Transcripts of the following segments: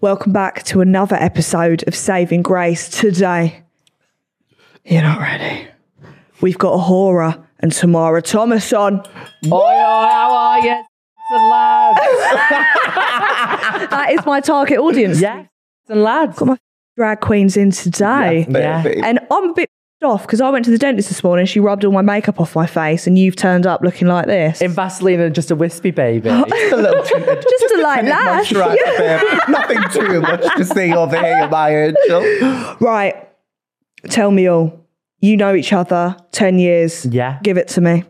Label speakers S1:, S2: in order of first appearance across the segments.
S1: Welcome back to another episode of Saving Grace. Today, you're not ready. We've got Hora and Tamara Thomas on.
S2: Oi, oi, oh, how are you, and lads?
S1: That is my target audience.
S2: yeah, and lads.
S1: Got my drag queens in today.
S2: Yeah.
S1: And I'm a bit pissed off because I went to the dentist this morning. She rubbed all my makeup off my face, and you've turned up looking like this.
S2: In Vaseline and just a wispy baby.
S3: just a little tinted,
S1: Just a light
S3: tinted
S1: lash.
S3: moisturiser, babe. Nothing too much to see over here, my angel.
S1: right. Tell me all. You know each other 10 years.
S2: Yeah.
S1: Give it to me.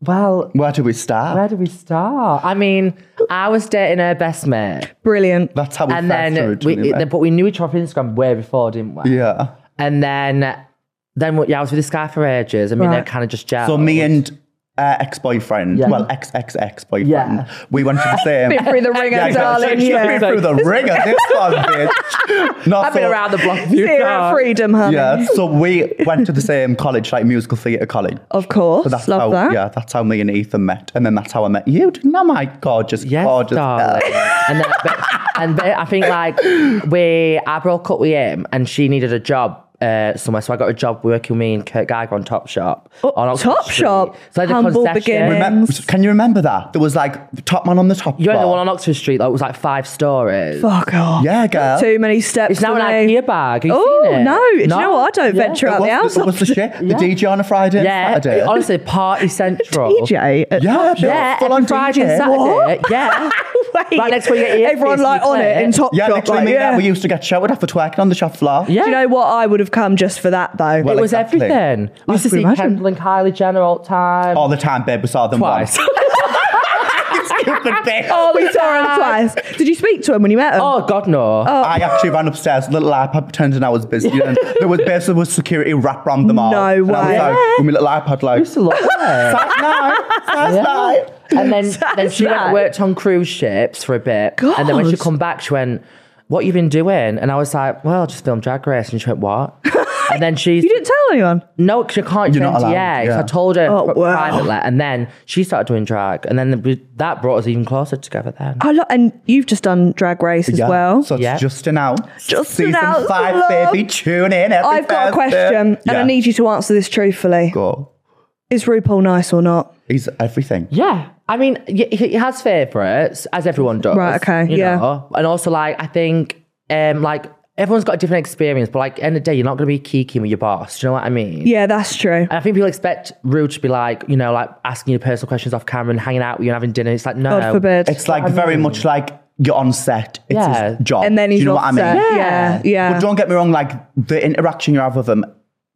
S2: Well,
S3: Where do we
S2: where
S3: start?
S2: do we start? I mean, I was dating her best mate.
S1: Brilliant.
S3: That's how we
S2: and
S3: first
S2: then, we,
S3: originally met.
S2: but we knew each other on Instagram way before, didn't we?
S3: yeah.
S2: And then, then yeah, I was with this guy for ages. I mean,
S1: Right.
S2: I kind of just gelled.
S3: So me and uh, ex-boyfriend,
S2: Yeah.
S3: well, ex ex ex boyfriend,
S2: Yeah.
S3: we went to the same.
S1: Bit through the ringer,
S3: Yeah,
S1: darling.
S3: she's
S1: Yeah.
S3: been through the ringer this one, bitch. Not
S2: I've been
S3: so-
S2: around the block a few
S1: Fear of
S2: times.
S1: freedom, honey.
S3: Yeah, so we went to the same college, like musical theatre college.
S1: Of course.
S3: So that's
S1: Love
S3: how,
S1: that.
S3: yeah, that's how me and Ethan met, and then that's how I met you. Didn't I, my gorgeous,
S2: Yes,
S3: gorgeous?
S2: darling. and then, but, and then I think like we, I broke up with him, and she needed a job. Uh, somewhere, so I got a job working with me and Kurt Geiger on Top Shop.
S1: Oh,
S2: on Oxford
S1: Top
S2: Street.
S1: Shop?
S2: So I did a
S1: Humble
S2: concession.
S1: beginnings.
S3: Remem- can you remember that? There was like the top man on the top.
S2: You know the
S3: floor.
S2: one on Oxford Street? Like, it was like five stories.
S1: Fuck off.
S3: Yeah, girl.
S1: Too many steps.
S2: It's now an
S1: away.
S2: IKEA bag. Have you
S1: Oh,
S2: seen it?
S1: no. Do you know what? I don't venture out
S3: What's
S1: the house.
S3: the, what's the shit? The DJ on a Friday and
S2: Yeah,
S3: Saturday.
S2: honestly, Party Central.
S1: DJ. at
S3: yeah,
S1: Top
S2: Yeah,
S3: full on
S2: every Friday and
S3: DJ.
S2: Saturday. Yeah.
S1: Wait.
S2: Right, next week you get your
S1: Everyone
S2: earpiece
S1: like
S2: and you
S1: on
S2: play
S1: it
S2: it.
S1: in top
S3: Yeah,
S1: shop.
S3: literally
S1: like,
S3: me
S1: yeah.
S3: and I, we used to get shouted at for twerking on the shop floor.
S2: Yeah.
S1: Do you know what? I would have come just for that though.
S2: it
S3: Well,
S2: was
S3: exactly.
S2: everything.
S1: I
S2: We used to
S1: can
S2: see
S1: imagine.
S2: Kendall and Kylie Jenner all the time.
S1: Oh,
S3: All the time, babe, we saw them
S2: Twice.
S3: once. Stupid bitch.
S2: all the
S1: Sorry,
S2: time.
S1: twice. Did you speak to him when you met him?
S2: Oh, God, no.
S3: I actually ran upstairs, little iPad, pretending I was busy. And there was basically was security wrapped around them all.
S1: No
S3: and I
S1: way.
S3: was like, with my little iPad, like,
S2: used to love her.
S3: "Sat night, sat night."
S2: And then, then
S1: That's
S2: she went
S1: right.
S2: and worked on cruise ships for a bit. And then when she
S1: God.
S2: come back, she went, What you been doing? And I was like, Well, just filmed Drag Race. And she went, What? and then she's
S1: You didn't tell anyone.
S2: no, 'cause you can't
S3: You're
S2: do
S3: not
S2: NDA. So
S3: allowed,
S2: I
S3: yeah.
S2: told her
S1: Oh,
S2: pri-
S1: wow.
S2: privately, and then she started doing drag, and then we, that brought us even closer together. Then
S1: I lo- and you've just done Drag Race as
S3: Yeah.
S1: well.
S3: So it's
S2: Yeah.
S3: just an out.
S1: Just
S3: Season
S1: announced,
S3: five,
S1: love.
S3: baby. Tune in. every
S1: I've got a
S3: Thursday.
S1: question, and
S3: Yeah.
S1: I need you to answer this truthfully.
S3: Go.
S1: Is RuPaul nice or not?
S3: He's everything.
S2: yeah, I mean, y- he has favorites, as everyone does,
S1: Right, okay,
S2: you
S1: yeah.
S2: know? and also like I think, um, like everyone's got a different experience, but like end of the day, you're not going to be kiki with your boss. Do you know what I mean?
S1: Yeah, that's true.
S2: And I think people expect Rue to be like, you know, like asking you personal questions off camera and hanging out with you and having dinner. uh, It's like, no.
S1: God forbid.
S3: It's like very much like you're on set. It's
S2: Yeah.
S3: his job.
S1: and then
S3: Oh, Do
S1: he's
S3: you know
S1: off
S3: what I mean?
S1: set. Yeah, yeah.
S3: But don't get me wrong. Like the interaction you have with him,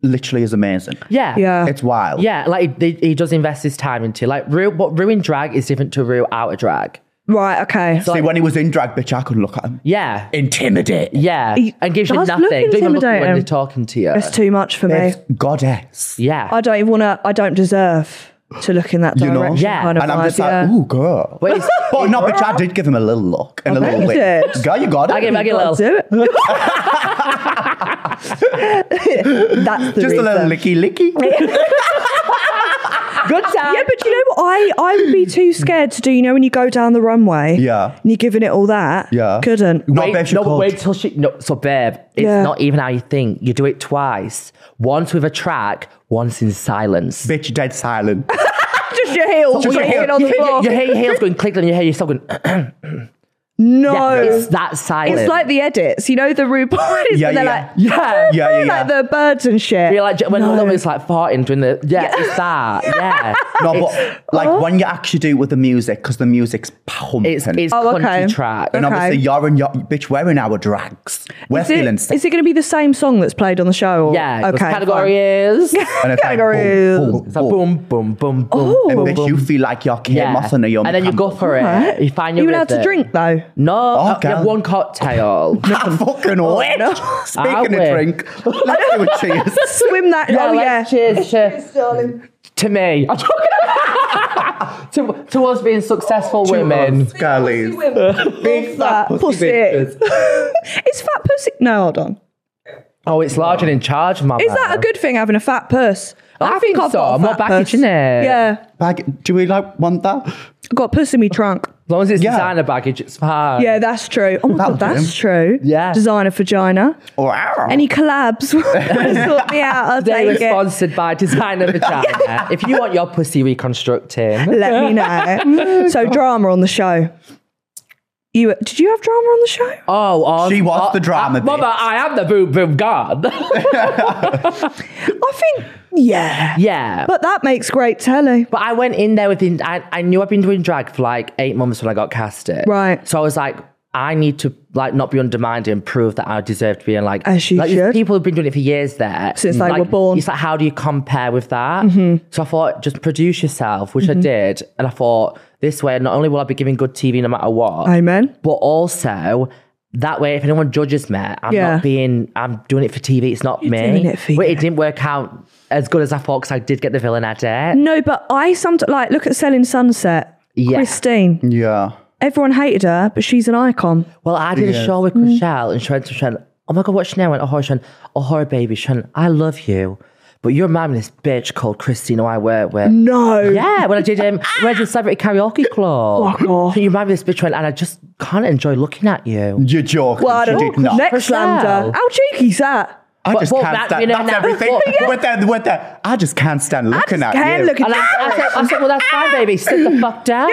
S3: literally is amazing.
S2: Yeah.
S1: yeah.
S3: It's wild.
S2: Yeah, like he, he does invest his time into like Rue, what Rue in drag is different to Rue out of drag.
S1: right. Okay.
S3: See, when he was in drag, bitch, I couldn't look at him.
S2: Yeah.
S3: Intimidate.
S2: Yeah.
S1: He
S2: and gives you
S1: does
S2: nothing.
S1: look
S2: Don't even look at you when
S1: intimidating.
S2: they're talking to you.
S1: that's too much for me.
S3: It's goddess.
S2: Yeah.
S1: I don't even want to. I don't deserve to look in that
S3: You
S1: direction.
S3: know?
S2: Yeah.
S1: Kind of
S3: And
S1: vibe,
S3: I'm just
S1: yeah.
S3: like, ooh, girl.
S2: but it's,
S3: But no, bitch, I did give him a little look and a
S1: bet you
S3: little
S1: did.
S3: wink. Girl, you got it.
S2: I give, I give a
S1: I'll
S2: little.
S1: do it. that's the
S3: Just a
S1: reason.
S3: little licky licky.
S2: Good time.
S1: Yeah, but you know what? I, I would be too scared to do, you know, when you go down the runway
S3: Yeah.
S1: and you're giving it all that.
S3: Yeah.
S1: Couldn't.
S3: No,
S2: Wait,
S3: babe, she
S2: no, but
S3: could.
S2: wait till she. No, so, babe, it's
S1: Yeah.
S2: not even how you think. You do it twice. Once with a track, once in silence.
S3: Bitch, dead silent.
S1: Just your heels
S3: Just your
S1: dragging
S3: heel-
S1: on the
S2: You-
S1: floor.
S2: you- Your hair- your hair's going click, and your hair, you're still going.
S1: no.
S2: It's
S1: Oh. it's,
S2: that silent.
S1: like the edits, you know, the RuPaul edits
S3: Yeah,
S1: when they're
S3: yeah,
S1: like,
S2: yeah.
S3: Yeah, yeah, yeah.
S1: like the birds and shit.
S2: You're like when
S1: No.
S2: no. it's like farting doing the yeah, it's that yeah.
S3: No,
S2: it's,
S3: but like when you actually do it with the music, because the music's pumping.
S2: it's it's
S1: Oh, okay.
S2: country track.
S3: and
S1: okay.
S3: obviously, you're in your bitch, we're in our drags. We're
S1: is
S3: feeling
S1: it,
S3: sick.
S1: is it going to be the same song that's played on the show? Or?
S2: Yeah,
S1: Okay.
S2: okay. Category
S1: fine.
S2: is
S3: And it's like, boom,
S1: categories.
S3: boom,
S2: it's like
S3: boom.
S2: boom, boom, boom, boom,
S1: Oh.
S2: boom,
S3: It makes
S2: boom.
S3: you feel like you're Kate
S2: yeah.
S3: Moss and a young
S2: and then you go for
S1: Right.
S2: it. You find
S1: Are
S2: your
S1: you allowed to
S2: rhythm.
S1: drink though? Oh, two.
S2: No, uh,
S3: God.
S2: yeah, one cocktail.
S3: I fucking
S1: Oh, no.
S3: win. Speaking
S2: I
S3: of
S2: win.
S3: drink, let's do a cheers.
S1: Swim that. oh yeah.
S2: let's- Cheers, cheers.
S1: darling.
S2: uh, To me. to, to us being successful women.
S3: Oh, Girlies. Big fat
S1: Pussy.
S3: pussy bitches.
S1: Is fat pussy? No, hold on.
S2: Oh, it's large and in charge, mama.
S1: Is that a good thing having a fat purse?
S2: I think so.
S1: got a
S2: oh, More
S1: fat
S2: baggage,
S1: purse.
S2: innit?
S1: Yeah,
S3: Bag, do we like want that?
S1: I got puss in me trunk.
S2: As long as it's
S3: Yeah.
S2: designer baggage, it's fine.
S1: Yeah, that's true. Oh my
S3: That'll
S1: god, that's
S3: do.
S1: true.
S2: Yeah.
S1: designer vagina.
S3: Wow.
S1: Any collabs? sort me out. I'll
S2: They were
S1: take it.
S2: sponsored by Designer Vagina. if you want your pussy reconstructing,
S1: Let me know. so drama on the show. You did you have drama on the show?
S2: oh, on,
S3: She was
S2: on-
S3: the drama
S2: uh, Mama,
S3: bitch.
S2: I am the boom boom god.
S1: I think yeah.
S2: yeah, but,
S1: But that makes great telly.
S2: I went in there with. I, I knew I'd been doing drag for like eight months when I got casted.
S1: Right.
S2: So I was like, I need to like not be undermined and prove that I deserve to be in like.
S1: As you
S2: like,
S1: should.
S2: People have been doing it for years there
S1: Since they were born. Mm-hmm.
S2: It's like how do you compare with that? So I thought just produce yourself, which I did, and I thought this way not only will I be giving good TV no matter what.
S1: Amen.
S2: but also that way if anyone judges me i'm
S1: Yeah.
S2: not being i'm doing it for tv it's not me
S1: doing it for
S2: But
S1: you.
S2: it didn't work out as good as i thought because i did get the villain at it
S1: No, but I sometimes like look at Selling Sunset.
S2: Yeah.
S1: Christine.
S3: Yeah.
S1: Everyone hated her, but she's an icon.
S2: well i did a show with Rochelle and she went to Shen, oh my god what's Chanel went oh hi Shen oh hi baby Shen I love you but you're marrying this bitch called Christine who I work with
S1: No.
S2: yeah when I did um, when I did celebrity karaoke club
S1: Fuck off.
S2: you married this bitch Shen, and I just can't enjoy looking at you
S3: You're joking.
S1: Well, I don't
S3: you did not.
S1: Next
S2: Rochelle.
S1: lander. How cheeky's that?
S3: I
S2: But-
S3: just
S2: but
S3: can't
S2: that-
S3: stand.
S2: you know,
S3: that's
S2: now-
S3: everything.
S2: but-
S3: with that, with that, I just can't stand looking
S1: just
S3: at
S1: can't
S3: you.
S1: look at-
S2: And I, I, said, I said, well, that's fine, baby. Sit the fuck down.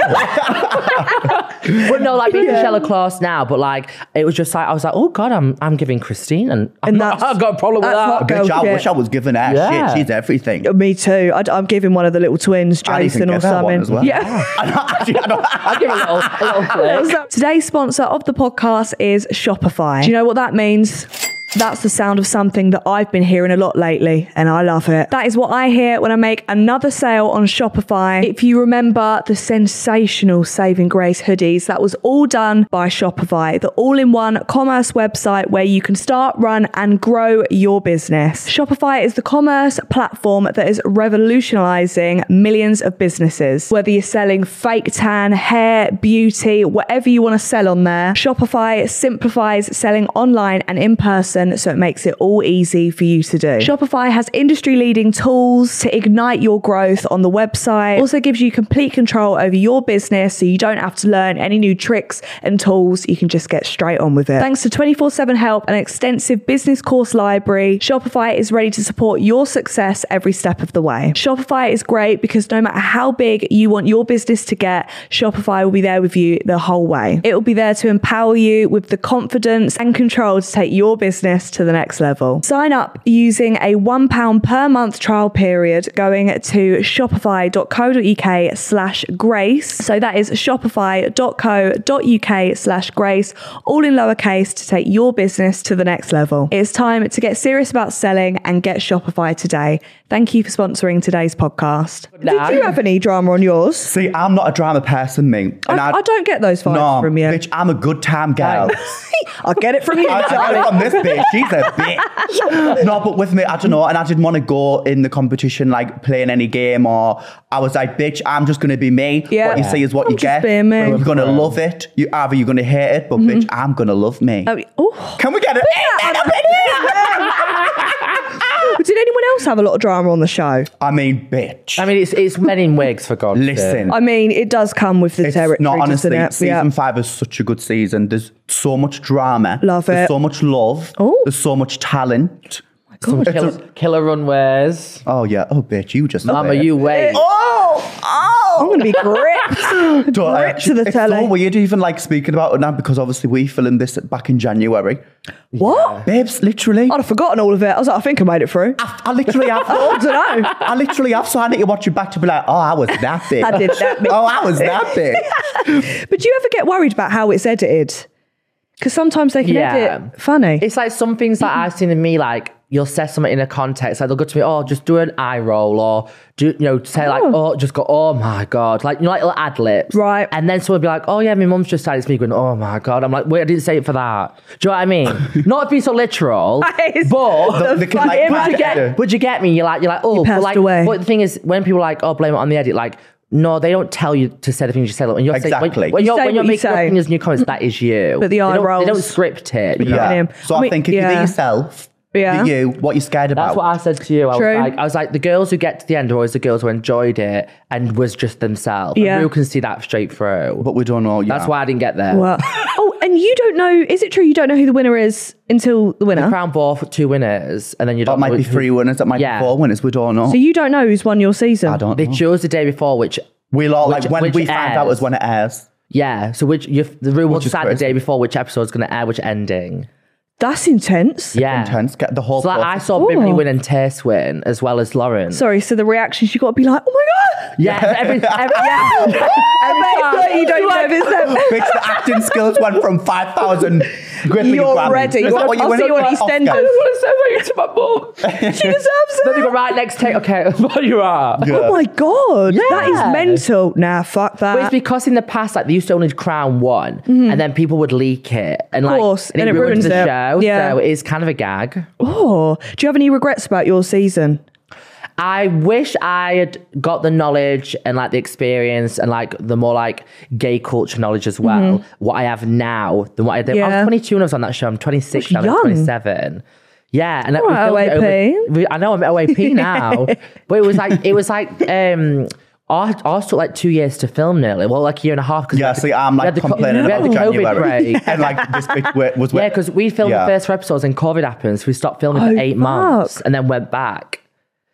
S2: but no, like being Michelle a class now, but like it was just like I was like, oh god, I'm I'm giving Christine, and, I'm
S1: And
S2: not,
S1: that's-
S2: I've got a problem with
S1: that's
S2: that.
S1: what
S3: Bitch,
S1: Go
S3: I
S1: get-
S3: wish I was giving her
S2: Yeah.
S3: shit. She's everything.
S1: Me too. I, am giving one of the little twins,
S3: I didn't
S1: Jason or
S3: get that one
S1: something.
S3: as well.
S1: Yeah.
S3: I don't- actually, I don't-
S2: I'll give it a little, a little flick.
S1: Today's sponsor of the podcast is Shopify. Do you know what that means? That's the sound of something that I've been hearing a lot lately, and I love it. That is what I hear when I make another sale on Shopify. If you remember the sensational Saving Grace hoodies, that was all done by Shopify, the all in one commerce website where you can start, run, and grow your business. Shopify is the commerce platform that is revolutionizing millions of businesses. Whether you're selling fake tan, hair, beauty, whatever you want to sell on there, Shopify simplifies selling online and in person so it makes it all easy for you to do. Shopify has industry leading tools to ignite your growth on the website, also gives you complete control over your business so you don't have to learn any new tricks and tools. You can just get straight on with it. Thanks to 24 7 help and extensive business course library, Shopify is ready to support your success every step of the way. Shopify is great because no matter how big you want your business to get, Shopify will be there with you the whole way. It will be there to empower you with the confidence and control to take your business to the next level. Sign up using a £1 per month trial period going to shopify.co.uk slash grace. So that is shopify.co.uk slash grace, all in lowercase to take your business to the next level. It's time to get serious about selling and get Shopify today. Thank you for sponsoring today's podcast.
S2: luck.
S1: Did you have any drama on yours?
S3: See, I'm not a drama person, me. And
S1: I, I don't get those vibes
S3: no,
S1: from you.
S3: bitch, I'm a good time gal.
S1: I get it from you.
S3: I, I got it from this bitch. She's a bitch. no, but with me, I don't know. And I didn't want to go in the competition like playing any game or I was like, bitch, I'm just going to be me.
S1: Yeah.
S3: What you see is what
S1: I'm
S3: you
S1: just
S3: get.
S1: being me. Mm-hmm.
S3: You're going to love it. You Either you're going to hate it, but bitch, I'm going to love me.
S1: oh,
S3: Can we get it?
S1: did anyone else have a lot of drama on the show?
S3: I mean, bitch.
S2: I mean, it's it's men in wigs for God's sake.
S3: listen.
S1: I mean, it does come with the
S3: It's
S1: territory.
S3: not honestly.
S1: doesn't it?
S3: Season
S1: Yeah.
S3: five is such a good season. There's so much drama.
S1: Love
S3: There's
S1: it.
S3: so much love.
S1: Oh.
S3: There's so much talent.
S2: Some
S3: It's
S2: killer, killer runways.
S3: Oh yeah. Oh bitch, you just.
S2: Mama, you wait.
S3: Oh, oh.
S1: I'm going to be gripped.
S3: Don't-
S1: Right to the
S3: it's
S1: telly.
S3: so weird even like speaking about it now because obviously we filmed this back in January.
S1: what?
S3: Babes, literally.
S1: I'd have forgotten all of it. I was like, I think I made it through.
S3: I, I literally have.
S1: I
S3: I
S1: don't know.
S3: literally have. So I need to watch it back to be like, oh, I was that bitch.
S1: I did that bitch.
S3: Oh, I was that bitch.
S1: But do you ever get worried about how it's edited? Because sometimes they can
S2: Yeah.
S1: edit funny.
S2: It's like some things that I've seen in me, like you'll say something in a context, like they'll go to me, oh, just do an eye roll, or do you know, say like,
S1: Oh.
S2: oh, just go, oh my god, like you know, like little ad libs,
S1: Right.
S2: And then someone will be like, oh yeah, my mum's just died. It's me going, oh my god. I'm like, wait, I didn't say it for that. Do you know what I mean? Not be so literal,
S1: That is
S2: but
S3: The- the kid,
S1: funny-
S3: like, put
S2: would you
S3: Yeah.
S2: get would you get me? You're like you're like oh but
S1: passed
S2: like
S1: away.
S2: but the thing is when people are like oh blame it on the edit like no they don't tell you to say the things you say like, when you're saying-
S3: Exactly.
S2: when, when
S1: You
S2: you're,
S1: say
S2: when you're
S1: what you
S2: making your
S1: say.
S2: opinions and your comments that is you
S1: But the eye
S2: they don't,
S1: rolls-
S2: they don't script it you know?
S3: Yeah.
S1: him.
S3: So I,
S1: I mean,
S3: think if you
S1: yeah.
S3: be yourself,
S1: Yeah.
S3: be you, what you're scared about.
S2: That's what I said to you. I
S1: True.
S2: was like, I was like, the girls who get to the end are always the girls who enjoyed it and was just themselves. And
S1: Yeah.
S2: Rue can see that straight through.
S3: but we don't know. Yeah.
S2: That's why I didn't get there.
S1: Well- oh, and you don't know. Is it true you don't know who the winner is until the winner?
S2: Crown ball for two winners, and then you
S3: That
S2: don't.
S3: might
S2: know
S3: be
S2: who-
S3: three winners. That might
S2: Yeah.
S3: be four winners. We don't know.
S1: So you don't know who's won your season.
S3: I don't
S2: They
S3: know.
S2: chose the day before, which
S3: We'll all like
S2: Which-
S3: when
S2: which
S3: we find out
S2: airs.
S3: is when it airs.
S2: yeah. So which you, the Rue will
S3: Which is
S2: decide the
S3: crazy.
S2: day before which episode's going to air, which ending.
S1: That's intense.
S2: Yeah.
S3: Intense. Get the whole.
S2: So like, I
S3: process.
S2: saw Bimini
S1: Ooh.
S2: win and Taste win as well as Lauren.
S1: Sorry, so the reactions you got to be like, oh my god!
S2: yeah, every, every, yeah. every
S1: Amazing
S2: time.
S1: that you don't know if it's them.
S3: Bitch, the acting skills went from 5,000 Griffin
S1: You're
S3: Grammys.
S1: ready.
S3: Is that what
S1: I'll
S3: went
S1: see you on
S3: for? Oscar.
S1: EastEnders.
S2: want to say that to my mum.
S1: She deserves
S2: Then they
S1: it.
S2: go right next take. Okay, what you are.
S1: Oh my god, that
S2: Yeah.
S1: is mental. Nah, fuck that. Mm-hmm.
S2: But it's because in the past, like they used to only crown one, and then people would leak it, and like
S1: course,
S2: and
S1: and
S2: it,
S1: it
S2: ruins
S1: ruins
S2: the
S1: it.
S2: show.
S1: Yeah.
S2: So it is kind of a gag.
S1: oh, do you have any regrets about your season?
S2: I wish I had got the knowledge and like the experience and like the more like gay culture knowledge as well. What I have now than what I did. I
S1: Mm-hmm. Yeah.
S2: was 22 when I was on that show. I'm 26 now.
S1: young.
S2: I'm 27. Yeah, and like, we
S1: You're at
S2: filmed it
S1: OAP.
S2: Over, we- I know I'm at OAP now, but it was like it was like um. Ours, ours took like two years to film nearly. Well, like a year and a half. 'cause we
S3: Yeah,
S2: had the
S3: see,
S2: co-
S3: I'm
S2: we
S3: like
S2: had the co-
S3: complaining
S2: we
S3: about
S2: had
S3: the
S2: the COVID
S3: January.
S2: break.
S3: and like this bitch wa- was
S2: Yeah, because we filmed
S3: Yeah.
S2: the first episodes and COVID happened, so we stopped filming
S1: Oh,
S2: for eight months
S1: fuck.
S2: and then went back.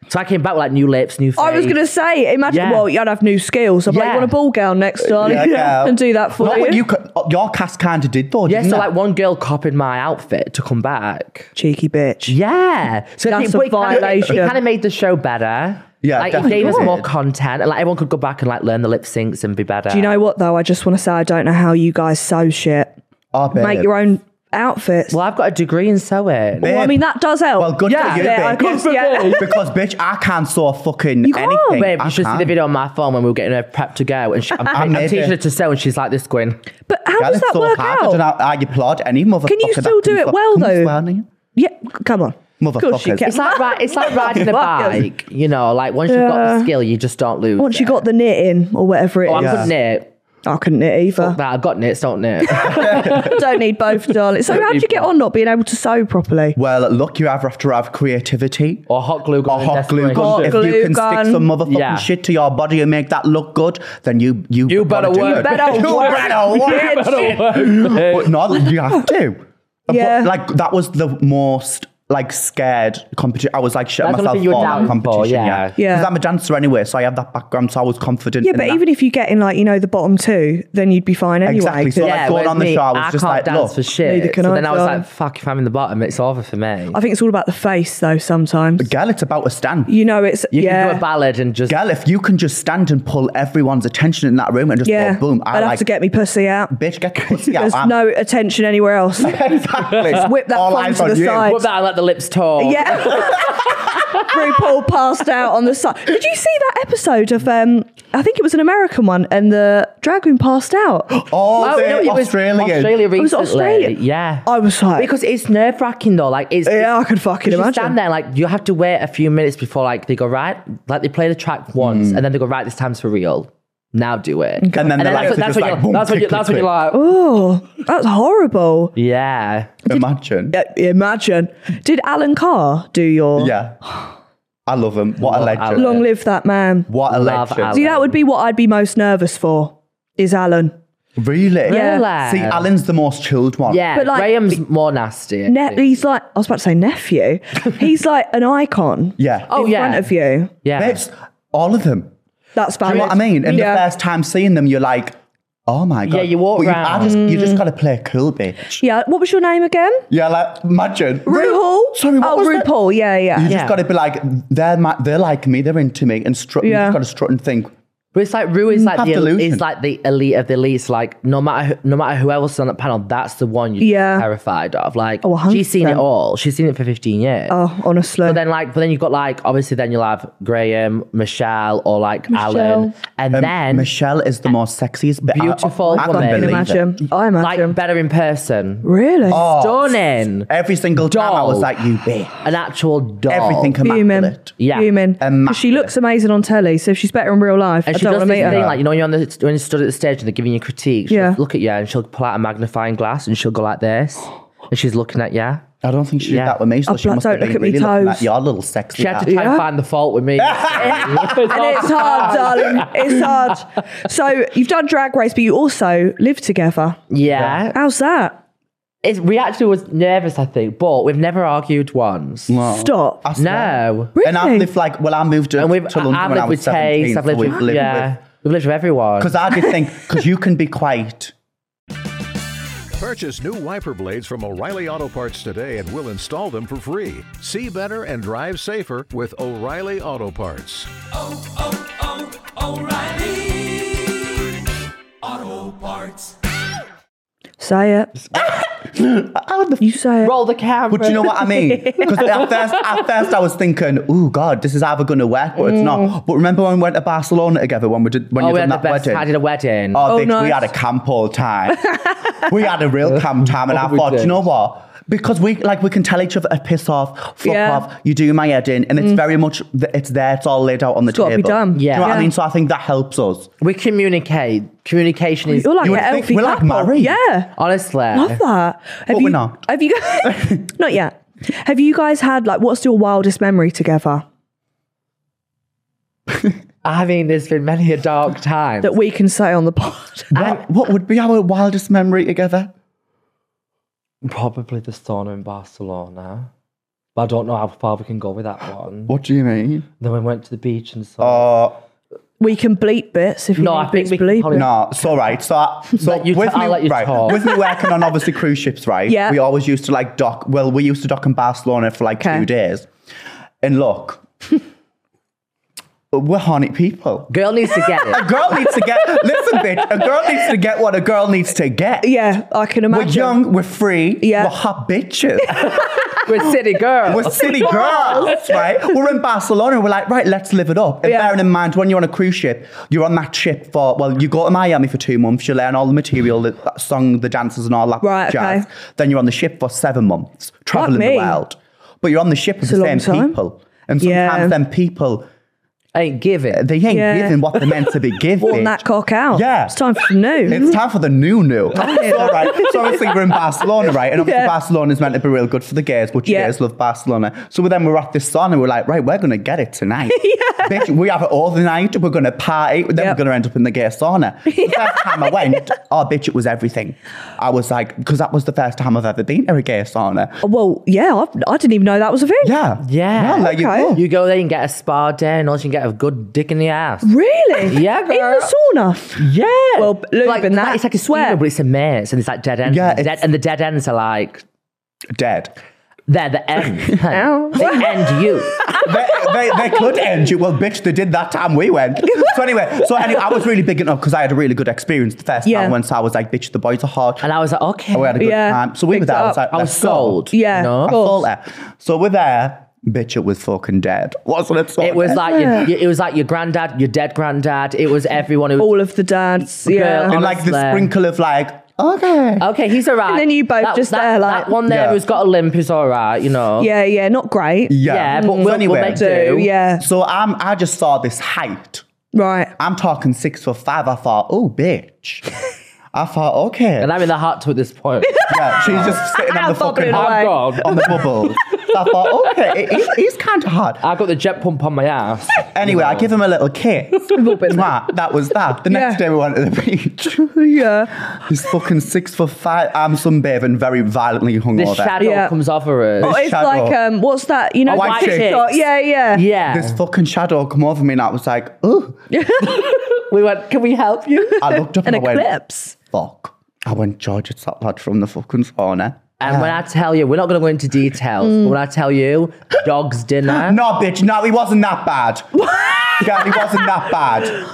S2: So I came back with like new lips, new face.
S1: I was gonna say, imagine.
S2: Yeah.
S1: Well, you'd have new skills. I'm like,
S2: Yeah.
S1: you want a ball gown next, darling,
S3: Yeah, yeah.
S1: and do that for
S3: Not
S1: you.
S3: what you could, your cast kind of did though.
S2: Yeah,
S3: didn't
S2: so
S3: it?
S2: like one girl copied my outfit to come back.
S1: Cheeky bitch.
S2: Yeah, so
S1: That's
S2: but
S1: a
S2: It
S1: violation.
S2: kind of made the show better.
S3: Yeah,
S2: like it
S3: definitely
S2: gave us
S3: did.
S2: more content, and like everyone could go back and like learn the lip syncs and be better.
S1: Do you know what though? I just want to say I don't know how you guys sew shit.
S3: Oh, babe.
S1: Make your own outfits.
S2: Well, I've got a degree in sewing.
S1: Well, I
S3: Babe.
S1: mean that does help.
S3: Well, good
S2: Yeah,
S3: for you,
S2: yeah,
S3: bitch.
S1: I Good guess, for yeah. me.
S3: because, bitch, I can't sew fucking
S1: You can't,
S3: anything.
S2: Babe,
S3: I
S2: you should see
S3: can't.
S2: the video on my phone when we were getting her prepped to go, and she, I'm, I'm
S3: made
S2: teaching
S3: it.
S2: her to sew, and she's like this going.
S1: but how
S3: Yeah,
S1: does
S3: it's
S1: that
S3: so
S1: work
S3: hard. I don't
S1: out?
S3: know how you plod any motherfucker.
S1: Can you
S3: that
S1: still do it
S3: fuck-
S1: well,
S3: Can you
S1: though?
S3: swear, Nia?
S1: Yeah, come on. Of course you
S3: Motherfuckers.
S1: can.
S2: It's like ri- it's like riding a
S1: Fuckers.
S2: bike, you know. Like once you've got
S1: Yeah.
S2: the skill, you just don't lose.
S1: Once you
S2: it.
S1: got the knit in or whatever it is,
S2: oh, I could
S3: Yeah.
S2: knit.
S1: I couldn't knit either.
S2: Fuck that, I got knits, don't knit.
S1: Don't need both, darling. So how do you get on not being able to sew properly?
S3: Well, look, you either have to have creativity
S2: or hot glue gun.
S3: or hot glue gun.
S1: Hot
S3: if
S1: glue
S3: you can
S1: gun.
S3: stick some motherfucking
S2: Yeah.
S3: shit to your body and make that look good, then you you
S2: You
S3: gotta
S2: better
S3: do
S2: work.
S3: it.
S1: Better
S3: you
S1: work.
S3: better work.
S1: You better
S3: But no, you have to. But,
S1: Yeah.
S3: like that was the most like scared competition. I was like shit
S2: That's
S3: myself
S2: something you
S3: for
S2: were
S3: that
S2: down for,
S3: competition.
S2: yeah.
S3: yeah,
S1: Yeah.
S3: Because I'm a dancer anyway, so I have that background, so I was confident.
S1: Yeah,
S3: in
S1: but
S3: that.
S1: even if you get in like you know the bottom two, then you'd be fine anyway.
S3: Exactly, so,
S1: 'cause
S3: like, going
S2: whereas
S3: on the
S2: me,
S3: show, I was
S2: can't
S3: just like,
S2: dance
S3: look.
S2: for shit.
S1: Neither can
S2: so
S1: I,
S2: then I was
S1: darling.
S2: like, fuck, if I'm in the bottom, it's over for me.
S1: I think it's all about the face though. Sometimes
S3: girl, it's about a stand.
S1: you know it's
S2: You
S1: yeah.
S2: can do a ballad and just.
S3: Girl, if you can just stand and pull everyone's attention in that room and just
S1: yeah,
S3: go Oh, boom, I
S1: I'd have
S3: like
S1: to get me pussy out.
S3: bitch get the pussy out.
S1: There's
S3: I'm-
S1: no attention anywhere else.
S3: exactly.
S1: whip that
S3: All
S1: thong
S3: eyes
S1: to
S3: on
S1: the
S3: you.
S1: side.
S2: Put that and let the lips talk.
S1: Yeah. RuPaul passed out on the side. Did you see that episode of um I think it was an American one and the dragoon passed out?
S3: Oh,
S2: Oh,
S3: the
S2: no, it was
S3: Australian.
S2: Australia recently.
S1: was Australia.
S2: Yeah.
S1: I was like-
S2: because it's nerve wracking though. Like it's
S1: Yeah, I could fucking
S2: 'cause you
S1: imagine.
S2: stand there like you have to wait a few minutes before like they go right, like they play the track once and then they go right. This time's for real. Now do it.
S3: And then the lights are
S2: that's
S3: just
S2: what
S3: like,
S2: you're-
S3: boom,
S2: that's what
S3: click,
S2: you're- that's
S3: click,
S2: what you're like.
S1: Oh, that's horrible.
S2: Yeah.
S3: Imagine.
S1: Yeah, Imagine. Did Alan Carr do your
S3: Yeah. I love him. What a legend.
S1: Long live that man?
S3: What a
S2: Love
S3: legend.
S2: Alan.
S1: See, that would be what I'd be most nervous for is Alan.
S3: Really?
S1: Yeah.
S2: Really?
S3: See, Alan's the most chilled one.
S2: Yeah,
S1: But,
S2: but
S1: like,
S2: like, Graham's more nasty. I
S1: Ne-
S2: think.
S1: he's like, I was about to say nephew. he's like an icon
S3: Yeah.
S2: Oh,
S1: in
S2: yeah.
S1: front of you.
S2: yeah.
S3: Babes, all of them.
S1: That's
S3: Do
S1: bad.
S3: you know what I mean? And
S1: Yeah.
S3: the first time seeing them, you're like, oh my God.
S2: Yeah, you walk
S3: But
S2: round. Mm.
S3: I just, you just got to play cool, bitch.
S1: Yeah, what was your name again?
S3: Yeah, like, imagine.
S1: RuPaul?
S3: Sorry, what
S1: oh,
S3: was that?
S1: RuPaul. Yeah,
S3: You
S1: yeah.
S2: Yeah.
S3: just got to be like, they're, my, they're like me, they're into me, and strut,
S1: Yeah.
S3: you just got to strut and think,
S2: But it's like Rue is like
S3: half
S2: the
S3: delusion.
S2: is like the elite of the elites. Like no matter who, no matter who else is on that panel, that's the one you're
S1: Yeah.
S2: terrified of. Like
S1: Oh, 100%.
S2: she's seen it all. She's seen it for 15 years.
S1: Oh, honestly.
S2: But then like but then you've got like obviously then you'll have Graham, Michelle, or like Alan. And
S3: Um,
S2: then
S3: Michelle is the most sexiest, but I-
S2: Beautiful
S3: I, I,
S2: woman.
S3: can't believe
S1: imagine.
S3: it.
S1: I imagine.
S2: like better in person.
S1: really?
S3: Oh,
S2: Stunning.
S3: Every single time I was
S2: Doll.
S3: like, you bitch.
S2: An actual doll.
S3: Everything
S1: Human.
S3: immaculate.
S2: Yeah.
S1: Human. 'Cause She
S3: Immaculate.
S1: looks amazing on telly, so if she's better in real life,
S2: And
S1: I don't
S2: she does
S1: want to meet
S2: this
S1: her.
S2: thing like you know when you're on the when you stood at the stage and they're giving you critique. She'll
S1: Yeah.
S2: look at you and she'll pull out a magnifying glass and she'll go like this, and she's looking at you.
S3: I don't think she
S2: Yeah.
S3: did that with me, so
S1: Oh,
S3: she
S1: blood,
S3: must
S1: don't
S3: have been
S1: look at me
S3: really looking
S1: toes.
S3: at your little sexy
S2: She had
S3: ass.
S2: to try
S1: Yeah.
S2: and find the fault with me.
S1: And it's hard, darling. It's hard. So you've done drag race, but you also live together.
S2: yeah,
S1: How's that?
S2: It's, we actually was nervous, I think, but we've never argued once.
S1: Stop.
S3: Oh. I swear.
S2: No,
S3: And
S1: Really?
S3: I've lived like, well, I moved to,
S2: and we've
S3: to
S2: I-
S3: London
S2: I've
S3: when I
S2: lived
S3: was
S2: with
S3: 17,
S2: Taste, I've
S3: so
S2: lived
S3: we've
S2: with
S3: lived
S2: yeah,
S3: with...
S2: we've lived with everyone.
S3: Because I did think, because you can be quite...
S4: Purchase new wiper blades from O'Reilly Auto Parts today and we'll install them for free. See better and drive safer with O'Reilly Auto Parts.
S5: oh, oh, O'Reilly. Auto parts.
S1: Say it. you say it.
S2: Roll the camera.
S3: But do you know what I mean? Because at first, at first I was thinking, oh God, this is either going to work or it's not. But remember when we went to Barcelona together when we did when
S2: Mm. Oh,
S3: you
S2: we
S3: done
S2: had the
S3: that
S2: best.
S3: wedding?
S2: I did a wedding. Uh,
S3: Oh,
S1: Oh,
S3: bitch, we
S1: nice.
S3: had a camp all time. we had a real camp time, and I
S2: We
S3: thought,
S2: did.
S3: you know what? Because we like we can tell each other a piss off, fuck
S1: Yeah. Mm.
S3: off. You do my head in, and it's very much th- it's there. It's all laid out on the
S1: It's gotta be
S3: table.
S1: done.
S3: Do you
S2: Yeah.
S3: know what
S1: Yeah.
S3: I mean? So I think that helps us.
S2: we communicate. Communication is
S1: You're like
S3: You
S1: a
S3: would think
S1: healthy
S3: we're like
S1: couple.
S3: married.
S1: Yeah.
S2: honestly.
S1: Love that. Have
S3: But
S1: you,
S3: we're not.
S1: Have you guys? not yet. Have you guys had like what's your wildest memory together
S2: I mean, there's been many a dark time.
S1: that we can say on the pod?
S3: What, what would be our wildest memory together?
S2: Probably the sauna in Barcelona. But I don't know how far we can go with that one.
S3: What do you mean?
S2: Then we went to the beach and saw.
S3: Oh
S1: we can bleep bits if you
S2: No,
S1: need
S2: I think
S1: bits
S2: we can
S1: bleeping.
S2: probably-
S3: no, it's all right. So, I, so
S2: Let you-
S3: with
S2: I'll
S3: me,
S2: let you
S3: right,
S2: talk.
S3: with me working on obviously cruise ships, right?
S1: Yeah.
S3: We always used to like dock. Well, we used to dock in Barcelona for like
S1: Okay.
S3: two days, and look, we're horny people.
S2: Girl needs to get
S3: A
S2: it.
S3: girl needs to get. listen, bitch. A girl needs to get what a girl needs to get.
S1: Yeah, I can
S3: We're
S1: imagine.
S3: young. We're free.
S1: Yeah.
S3: We're hot bitches.
S2: We're city girls.
S3: We're city girls, right? We're in Barcelona. We're like, right, let's live it up. And
S1: Yeah.
S3: bearing in mind, when you're on a cruise ship, you're on that ship for, well, you go to Miami for two months, you learn all the material, the that song, the dances, and all that
S1: Right,
S3: jazz.
S1: okay.
S3: Then you're on the ship for seven months, traveling
S1: me.
S3: the world. But you're on the ship with
S1: It's a
S3: the
S1: long
S3: same
S1: time.
S3: people. And
S1: Yeah.
S3: sometimes them people,
S2: Ain't giving.
S3: they ain't
S1: Yeah.
S3: giving what they're meant to be giving.
S1: Worn that cock out.
S3: Yeah.
S1: It's time for some new.
S3: It's time for the new new. All right. So obviously we're in Barcelona, right? And obviously
S1: Yeah.
S3: Barcelona is meant to be real good for the gays, but
S1: Yeah.
S3: you gays love Barcelona. So then we're at this sauna and we're like, right, we're gonna get it tonight. Bitch, we have it all the night. We're gonna party. Then
S1: Yep.
S3: we're gonna end up in the gay sauna. The first time I went, oh bitch, it was everything. I was like, because that was the first time I've ever been to a gay sauna.
S1: well, yeah, I've, I didn't even know that was a thing.
S3: Yeah.
S2: Yeah.
S3: Yeah, there you
S1: Okay.
S3: go.
S2: You go there and get a spa day and also you can get a good dick in the ass.
S1: Really?
S2: Yeah,
S1: In
S2: girl.
S1: the sauna.
S2: Yeah.
S1: Well, lube
S2: like,
S1: and that,
S2: It's like a
S1: swear.
S2: swear, but it's a mess and it's like dead ends.
S3: Yeah,
S2: and, the dead,
S3: it's-
S2: and the dead ends are like,
S3: Dead.
S2: they're the end.
S1: Ow.
S2: they end you.
S3: they, they, they could end you. Well, bitch, they did that time we went. So anyway, so anyway, I was really big enough because I had a really good experience the first
S1: Yeah.
S3: time once I was like, bitch, the boys are hot.
S2: And I was like, okay.
S3: And Oh, we had a good
S1: Yeah.
S3: time. So we were
S1: Picked
S3: there. I
S1: up.
S3: was like,
S2: I was
S3: let's go.
S2: sold.
S1: Yeah.
S2: You know?
S3: I sold there. So we're there. Bitch, it was fucking dead. Wasn't it? So
S2: It was
S3: dead?
S2: like your, your- it was like your granddad, your dead granddad. It was everyone. It was
S1: All of the dads. Yeah.
S2: Girl.
S3: and like the
S2: honestly. Uh,
S3: sprinkle of like, okay.
S2: Okay, he's all right.
S1: Oh. then you both
S2: that,
S1: just
S2: that,
S1: there, like-
S2: that one there
S3: Yeah.
S2: who's got a limp is all right, you know.
S1: Yeah, yeah, not great.
S2: yeah, but
S3: So
S2: we'll- we'll make do.
S1: Do, yeah.
S3: So I'm, I just saw this height.
S1: Right.
S3: I'm talking six foot five. I thought, oh, bitch. I thought, okay.
S2: And I'm in the hot tub at this point. Oh,
S3: Yeah, she's just sitting on the
S1: Bubbling
S3: fucking
S1: away.
S2: I'm gone.
S3: on the bubble. So I thought, okay, it, it, it's kind of hard.
S2: I got the jet pump on my ass.
S3: Anyway, I give him a little kiss. Mwah, that was that. The next
S1: Yeah.
S3: day we went to the beach.
S1: yeah.
S3: This fucking six foot five. I'm sunbathing, very violently
S2: The
S3: hungover.
S2: shadow
S1: Yeah.
S2: comes over
S1: But
S2: us.
S1: it's
S3: shadow.
S1: like, um, what's that? You know,
S3: A white
S1: the
S3: chick.
S1: TikTok? Yeah, yeah.
S2: Yeah.
S3: This fucking shadow come over me, and I was like, oh.
S2: we went, can we help you?
S3: I looked up
S1: An
S3: and, I went,
S1: eclipse.
S3: fuck. I went, George, it's that lad from the fucking sauna.
S2: And when I tell you, we're not going to go into details,
S1: Mm.
S2: but when I tell you, dog's dinner.
S3: No, bitch, no, he wasn't that bad. yeah, he wasn't that bad.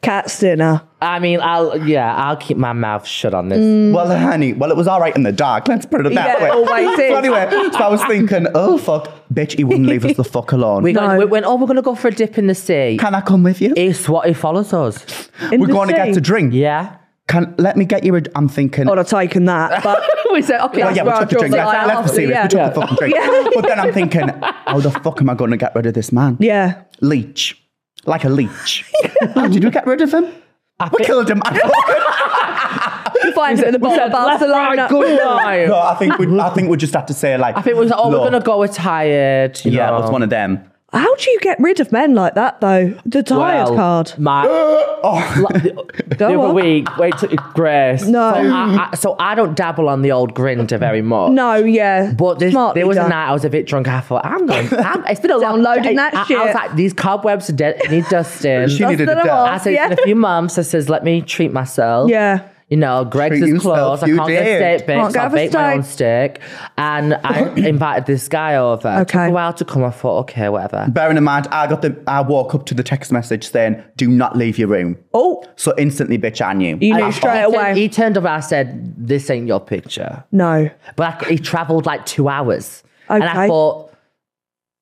S1: Cat's dinner.
S2: I mean, I'll yeah, I'll keep my mouth shut on this.
S3: Well, honey, well, it was all right in the dark. Let's put it that
S1: Mm. Yeah, oh
S3: way.
S1: always
S3: so
S1: is.
S3: anyway, so I was thinking, oh, fuck, bitch, he wouldn't leave us the fuck alone.
S2: We
S1: No.
S2: got, we went. Oh, we're gonna go for a dip in the sea.
S3: Can I come with you?
S2: It's what he follows us.
S1: In
S3: We're
S1: the
S3: going to
S1: sea.
S3: get to drink.
S2: Yeah.
S3: Can let me get you a. I'm thinking.
S1: I'd have taken that, but
S2: we said okay.
S3: Well, yeah, we
S1: where I
S3: took the
S1: draw
S3: drink.
S1: the
S3: Left,
S1: line
S3: left the
S1: after,
S3: series. We
S1: yeah.
S3: took the fucking drink. But then I'm thinking, how the fuck am I going to get rid of this man?
S1: yeah.
S3: Leech. Like a leech. How did we get rid of him? we killed him.
S1: You find it in the bottom of Barcelona.
S3: no, I think we. I think we just have to say like.
S2: I think we said, oh,
S3: look,
S2: we're gonna go. We're tired. you
S3: Yeah,
S2: know.
S3: it was one of them.
S1: How do you get rid of men like that though? The tired
S2: Well,
S1: card.
S2: My,
S3: Oh.
S2: Like, the, the
S1: Go
S2: other
S1: on.
S2: week, wait, to, Grace.
S1: No.
S2: So I, I, so I don't dabble on the old grinder very much.
S1: No, yeah.
S2: But this,
S1: Smartly
S2: there was a
S1: done.
S2: night I was a bit drunk. I thought I'm going. I'm, it's been a long
S1: Downloading
S2: day.
S1: that
S2: I, I
S1: shit.
S2: was like, these cobwebs de- need dusting.
S3: She needed
S1: That's
S3: a
S1: the
S3: dab.
S1: one.
S2: I said
S1: Oh, Yeah.
S2: it's been a few months. I says, let me treat myself.
S1: Yeah.
S2: You know, Greg's
S3: Treat
S2: is
S3: yourself,
S2: closed. I
S3: you
S2: can't
S3: did.
S2: get steak
S1: Can't go
S2: baked. So I
S1: have a
S2: baked my own steak. And I invited this guy over. It
S1: Okay.
S2: Took a while to come. I thought, okay, whatever.
S3: Bearing in mind, I got the. I woke up to the text message saying, "Do not leave your room."
S1: Oh.
S3: So instantly, bitch, I knew.
S1: You knew
S3: I
S1: straight
S3: thought,
S2: He
S1: away.
S2: turned- He turned over. I said, this ain't your picture.
S1: no.
S2: But I, he travelled like two hours. And
S1: Okay.
S2: I thought,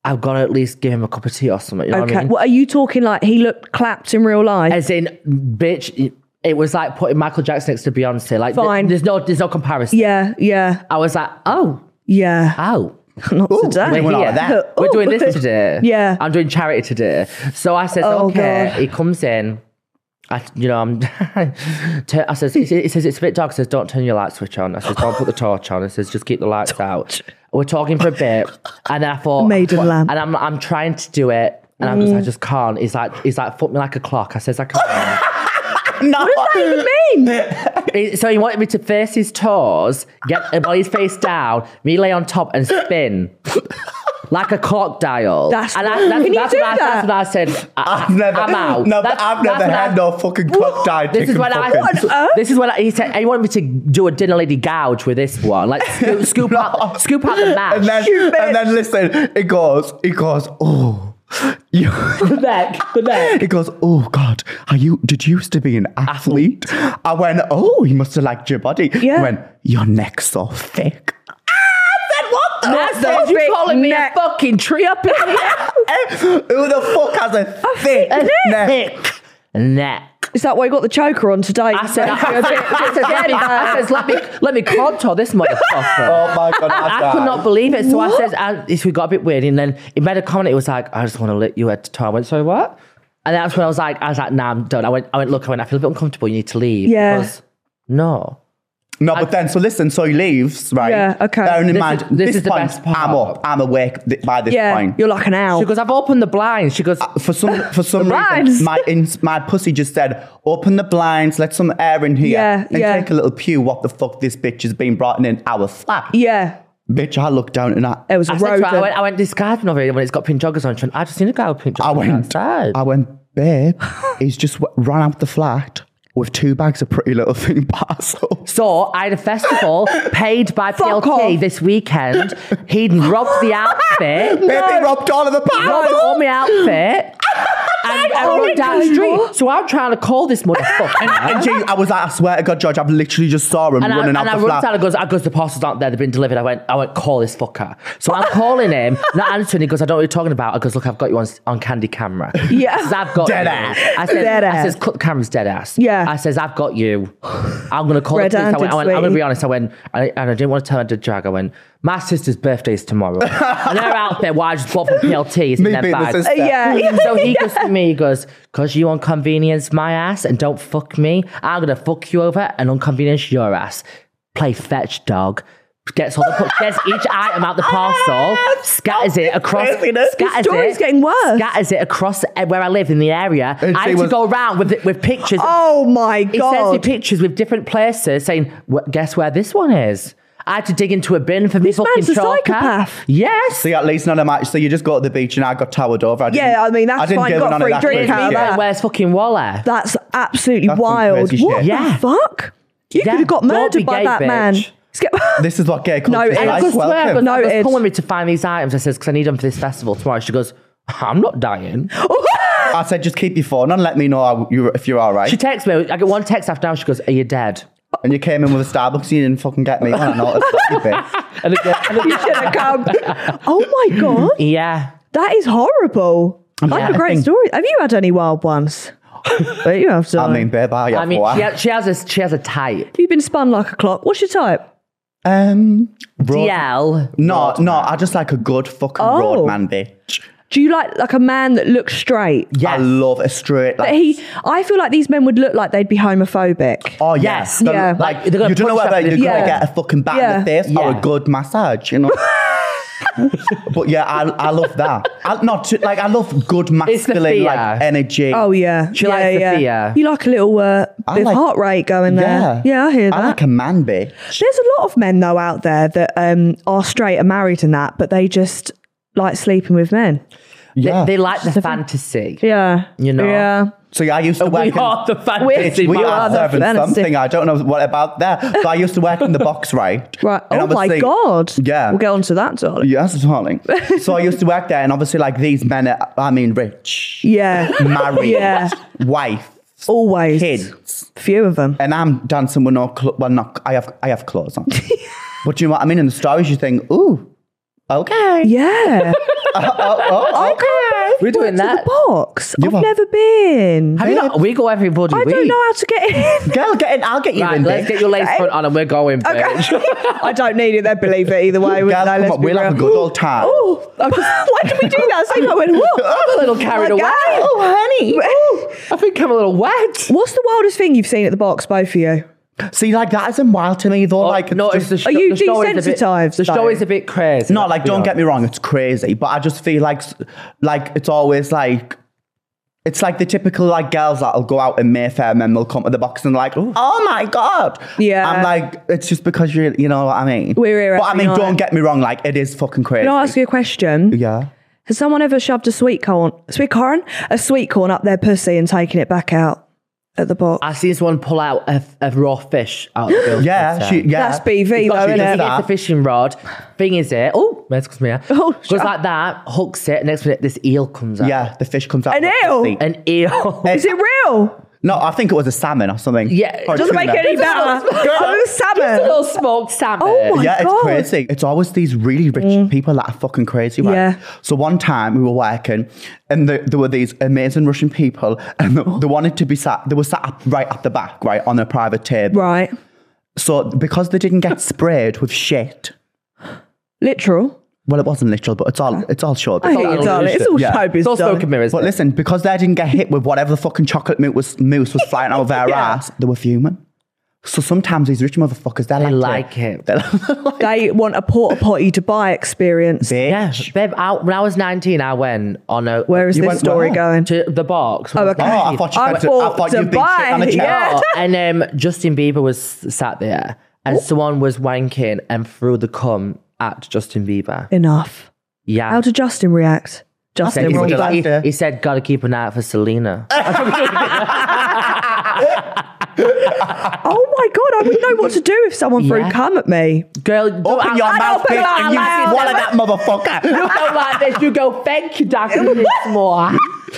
S2: I've got to at least give him a cup of tea or something. You know
S1: Okay.
S2: what I mean?
S1: What are you talking like? He looked clapped in real life.
S2: As in, bitch, it- it was like putting Michael Jackson next to Beyonce. Like, th-
S1: Fine.
S2: there's no, there's no comparison.
S1: yeah, yeah,
S2: I was like, oh,
S1: yeah.
S2: oh.
S1: Not
S3: Ooh,
S1: today.
S3: we went out of
S2: here.
S3: that.
S1: Oh,
S2: We're doing
S1: okay.
S2: this today.
S1: Oh. Yeah.
S2: I'm doing charity today. So I says,
S1: Oh,
S2: okay.
S1: God.
S2: He comes in. I, you know, I'm. turn- I says, he says- he says it's a bit dark. I says, don't turn your light switch on. I says, don't put the torch on. I says, just keep the lights out. We're talking for a bit, and then I thought,
S1: Maiden
S2: what-
S1: lamp. Mm.
S2: And I'm, I'm trying to do it, and I'm just, I just can't. He's like, he's like, fuck me like a clock. I says, I can't.
S3: No. What does that even mean?
S2: He- so he wanted me to face his toes, get uh, while he's face down, me lay on top and spin. Like a clock dial.
S1: That's-
S2: and I, that's,
S1: Can you
S2: that's
S1: do
S2: what I,
S1: that?
S2: that's when I said. I,
S3: I've never.
S2: am out.
S3: No,
S2: That's-
S3: I've
S2: that's
S3: never
S2: when I-
S3: had no fucking clock die.
S2: This is
S3: ticking
S2: when I.
S3: fucking-
S2: This is when I, he said. He wanted me to do a dinner lady gouge with this one, like scoop, scoop
S3: No.
S2: out, scoop out the mash.
S3: And then, and then listen, it goes, it goes, oh. You,
S2: the neck, the neck.
S3: it goes, oh God, are you, did you used to be an athlete? I went, oh, you must have liked your body.
S1: Yeah.
S3: He went, your neck's so thick.
S2: Ah, That's
S1: That's
S2: you
S1: big
S2: calling me a
S1: neck.
S2: fucking tree up in here.
S3: Eh, Who the fuck has a thick neck?
S2: Thick neck.
S1: Is that why you got the choker on today?
S2: I said,
S1: You're
S2: I,
S1: a bit- a bit
S2: let
S1: scared
S2: me,
S1: of
S2: I says,
S1: that.
S2: let me, let me contour this motherfucker.
S3: Oh my God, I,
S2: I could not believe it. So I
S1: What?
S2: says, and it got a bit weird. And then he made a comment. It was like, I just want to let you at the time. I went, sorry, what? And that's when I was like, I was like, nah, I'm done. I went, I went, look, I went, I feel a bit uncomfortable. You need to leave.
S1: Yeah.
S2: Because- No.
S3: No, but then, so listen, so he leaves, right?
S1: Yeah, okay.
S3: Bearing in
S2: This
S3: mind,
S2: is- this
S3: this
S2: is the
S3: point,
S2: best part.
S3: I'm up, I'm awake th- by this
S1: Yeah,
S3: point.
S1: you're like an owl.
S2: She goes, I've opened the blinds. She goes,
S1: Uh,
S3: for some for some
S1: blinds.
S3: reason, my in, my pussy just said, "Open the blinds, let some air in here,
S1: Yeah,
S3: and
S1: yeah.
S3: take a little pew." What the fuck? This bitch has been brought in our flat.
S1: yeah,
S3: bitch. I looked down and I,
S1: it was a
S2: I, said to
S1: rodent.
S2: her, I went, I went, this garden over here when it's got pink joggers on. She went, I just seen a guy with pink joggers
S3: I went,
S2: outside.
S3: I went, babe. he's just w- run out the flat with two bags of pretty little thing parcels.
S2: So I had a festival paid by
S1: Fuck
S2: PLT
S1: off.
S2: this weekend. He'd robbed the outfit.
S3: Babe, they robbed all of the
S2: robbed
S3: parcels.
S2: all my outfit. and I
S1: only
S2: run down
S1: done
S2: the street. So I'm trying to call this motherfucker.
S3: And geez, I was like, I swear to God, George, I've literally just saw him
S2: And I,
S3: running
S2: and
S3: out
S2: I
S3: the
S2: run
S3: flat.
S2: down and goes, I goes, the parcels aren't there, they've been delivered. I went, I went, call this fucker. So I'm calling him, not answering. He goes, I don't know what you're talking about. I goes, look, I've got you on, on candy camera.
S1: Yeah.
S2: I says, I've got
S3: Dead
S2: you.
S3: ass.
S2: I says,
S1: Dead
S2: I
S1: ass.
S2: says, cut the camera's dead ass.
S1: Yeah.
S2: I says, I've got you. I'm going to call the police. I
S1: Red-handed,
S2: went, I went, I'm going to
S1: sweetie.
S2: be honest. I went, I, and I didn't want to tell her to drag. I went, my sister's birthday is tomorrow. and they're out there, why I just bought from PLTs in
S3: Me
S2: their
S3: being the
S2: bags.
S3: sister. Hmm.
S1: yeah, yeah.
S2: So he goes to me, he goes, because you inconvenience my ass and don't fuck me, I'm going to fuck you over and inconvenience your ass. Play fetch, dog. Gets all the gets each item out the
S1: Ah,
S2: parcel, scatters it across,
S3: Craziness.
S2: scatters
S1: Story's
S2: it,
S1: getting worse.
S2: scatters it across where I live in the area.
S3: And she
S2: I had to
S3: was-
S2: go around with it- with pictures.
S1: Oh my
S2: He sends me
S1: god!
S2: pictures with different places saying, "Wh- guess where this one is? I had to dig into a bin for me fucking
S1: man's a
S2: chalk.
S1: psychopath.
S2: Yes.
S3: See, at least none of my. So you just go to the beach and I got towered over. I didn't-
S1: Yeah, I mean, that's
S3: didn't
S1: fine,
S3: deal with
S1: got
S3: none of
S1: free
S3: that
S1: drink
S3: crazy
S1: out of
S3: shit.
S1: that.
S2: Like, where's fucking Waller?
S1: That's absolutely
S3: That's some
S1: wild.
S3: crazy
S1: What
S3: shit.
S2: Yeah.
S1: the fuck? You
S2: Yeah.
S1: could have got
S2: Don't
S1: murdered
S2: be
S1: by
S2: gay,
S1: that man.
S2: bitch.
S1: Let's get-
S3: This is what gay culture
S1: No,
S3: is
S1: and
S2: And I
S3: like.
S2: goes, swear, I
S3: Welcome.
S2: goes, I goes,
S1: Noted.
S2: come with me to find these items. I says, because I need them for this festival tomorrow. She goes, I'm not dying.
S3: I said, just keep your phone on, let me know how you, if you're all
S2: She
S3: right.
S2: texts me. I get one text after now. She goes, "Are you dead?"
S3: and you came in with a Starbucks and you didn't fucking get me. I know,
S2: And again, and again-
S1: You should have come. Oh my god,
S2: yeah.
S1: that is horrible. That's a great story. Have you had any wild ones? But you have
S3: I
S1: done.
S3: mean, babe, I have
S2: I mean,
S3: one.
S2: she has, she has a she has a type.
S1: You've been spun like a clock. What's your type?
S3: Um, road,
S2: DL.
S3: No, no, I just like a good fucking
S1: Oh.
S3: roadman bitch.
S1: Do you like like a man that looks straight?
S3: I love a straight. Like,
S1: But he, I feel like these men would look like they'd be homophobic.
S3: oh yeah,
S2: Yes,
S3: The-
S1: yeah.
S2: Like,
S3: Like
S2: they're gonna
S3: you don't know
S2: punch
S3: whether
S2: you up
S3: you're
S2: in the
S3: gonna
S1: Yeah.
S3: get a fucking bat in the
S1: Yeah.
S3: face or
S2: Yeah.
S3: a good massage, you know. but yeah, I, I love that. I, not to, like I love good masculine
S2: fear.
S3: like energy.
S1: Oh yeah,
S2: She
S1: yeah,
S2: likes the
S1: yeah.
S2: fear.
S1: You like a little uh,
S3: I
S1: bit
S3: like-
S1: of heart rate going there.
S3: yeah,
S1: Yeah, I hear that.
S3: I like a man bitch.
S1: There's a lot of men though out there that um, are straight and married and that, but they just like sleeping with men.
S3: Yeah.
S2: They, they like the fantasy.
S1: Yeah,
S2: You know.
S1: Yeah,
S3: so yeah, I used to work.
S2: We
S3: in-
S2: are the
S3: It's-
S2: fantasy.
S3: we
S2: man.
S3: are
S1: the
S3: serving
S1: fantasy.
S3: something. I don't know what about that. But I used to work in the box, right?
S1: right.
S3: And
S1: oh my
S3: obviously-
S1: god.
S3: Yeah.
S1: we'll get onto that, darling.
S3: Yes, darling. so I used to work there, and obviously, like these men are, I mean, rich,
S1: Yeah,
S3: married,
S1: Yeah.
S3: wife,
S1: always
S3: kids,
S1: few of them.
S3: and I'm dancing with no, cl- well, not I have, I have clothes on. but do you know what I mean? In the stories, you think, ooh, okay,
S1: Yeah,
S3: okay.
S2: We're doing
S1: Went to the
S2: that.
S1: box.
S3: You
S1: I've
S3: are-
S1: never been.
S2: Have you not- we go every bloody
S1: I
S2: week.
S1: don't know how to get in.
S3: Girl, get in. I'll get you
S2: Right,
S3: in
S2: let's
S3: there.
S2: get your lace front on and we're going. bitch.
S1: I don't need it. They believe it either way.
S3: Girl, come on, we'll have a good old time.
S1: Oh, why did we do that? So I went, what?
S2: A little
S1: My
S2: carried away.
S1: guy.
S2: Oh, honey. I think I'm a little wet.
S1: What's the wildest thing you've seen at the box, both of you?
S3: See, like that isn't wild to me though. like, it's
S2: Oh, no,
S3: just-
S2: it's the show.
S1: Are you
S2: the show is a bit-
S1: desensitised,
S2: The show
S1: though?
S2: is a bit crazy.
S3: No, like, don't get me wrong, it's crazy, but I just feel like, s- like it's always like, it's like the typical like girls that'll go out in Mayfair and then they'll come to the box and like, oh my god,
S1: Yeah.
S3: I'm like, it's just because you're, you know what I mean.
S1: We're here
S3: but I
S1: every
S3: mean,
S1: night.
S3: don't get me wrong, like it is fucking crazy.
S1: Can I ask you a question?
S3: yeah.
S1: Has someone ever shoved a sweet corn, sweet corn, a sweet corn up their pussy and taken it back out at the box?
S2: I seen someone pull out a, a raw fish out of the girl's
S3: Yeah,
S2: pussy.
S3: she, yeah.
S1: That's BV, though,
S2: Because she
S1: isn't
S2: just
S1: it?
S2: gets the fishing rod. Thing is, it oh, that's because me.
S1: Oh,
S2: goes
S1: shut up.
S2: like that, hooks it. Next minute, this eel comes out.
S3: Yeah, the fish comes out.
S1: An
S3: of the
S1: eel?
S3: sea.
S2: an eel.
S1: Is it real?
S3: No, I think it was a salmon or something.
S2: Yeah,
S3: Or a
S1: Doesn't make
S3: tuna.
S1: any better. Oh,
S2: Just a
S1: salmon.
S2: little smoked salmon.
S1: Oh my
S3: yeah,
S1: God. Mm.
S3: it's crazy. It's always these really rich people that are fucking crazy, right?
S1: Yeah.
S3: So one time we were working, and the, there were these amazing Russian people, and the, they wanted to be sat. They were sat up right at the back, right on a private table.
S1: Right.
S3: So because they didn't get sprayed with shit,
S1: Literal.
S3: well, it wasn't literal, but it's all it's all short.
S1: I hate you, darling. It's all
S3: Yeah.
S1: showbiz,
S2: It's all smoke
S1: darling.
S2: and mirrors.
S3: But
S2: mate.
S3: listen, because they didn't get hit with whatever the fucking chocolate mousse was, mousse was flying out of their ass, they were fuming. So sometimes these rich motherfuckers, they,
S2: I
S3: like,
S2: like
S3: to-
S2: it.
S3: They like
S1: They want a porta potty to buy experience.
S3: bitch.
S2: Yeah, babe. I, when I was 19, I went on a
S1: Where is
S3: You
S1: this
S3: went
S1: story
S3: where?
S1: going?
S2: to the box.
S1: Oh, okay.
S3: Oh, I thought you
S1: I
S3: meant to,
S1: thought
S3: I thought
S1: to
S3: you'd been
S1: buy,
S3: shitting on a chair.
S1: yeah.
S2: Oh, and um, Justin Bieber was sat there, and someone was wanking and threw the cum at Justin Bieber.
S1: Enough.
S2: Yeah.
S1: How did Justin react?
S2: Said
S1: Justin
S2: he,
S3: would
S1: rolled
S3: have
S1: up.
S3: liked
S2: he,
S3: it.
S2: he said, "Gotta keep an eye out for Selena."
S1: Oh my god, I wouldn't know what to do if someone threw
S2: Yeah.
S1: cum at me.
S2: Girl, don't
S3: Open
S2: act-
S3: your
S2: I
S3: mouth,
S2: don't
S3: bitch,
S2: know,
S3: and you
S2: like-
S3: swallow that motherfucker.
S2: You go like this. You go, thank you, doctor. more.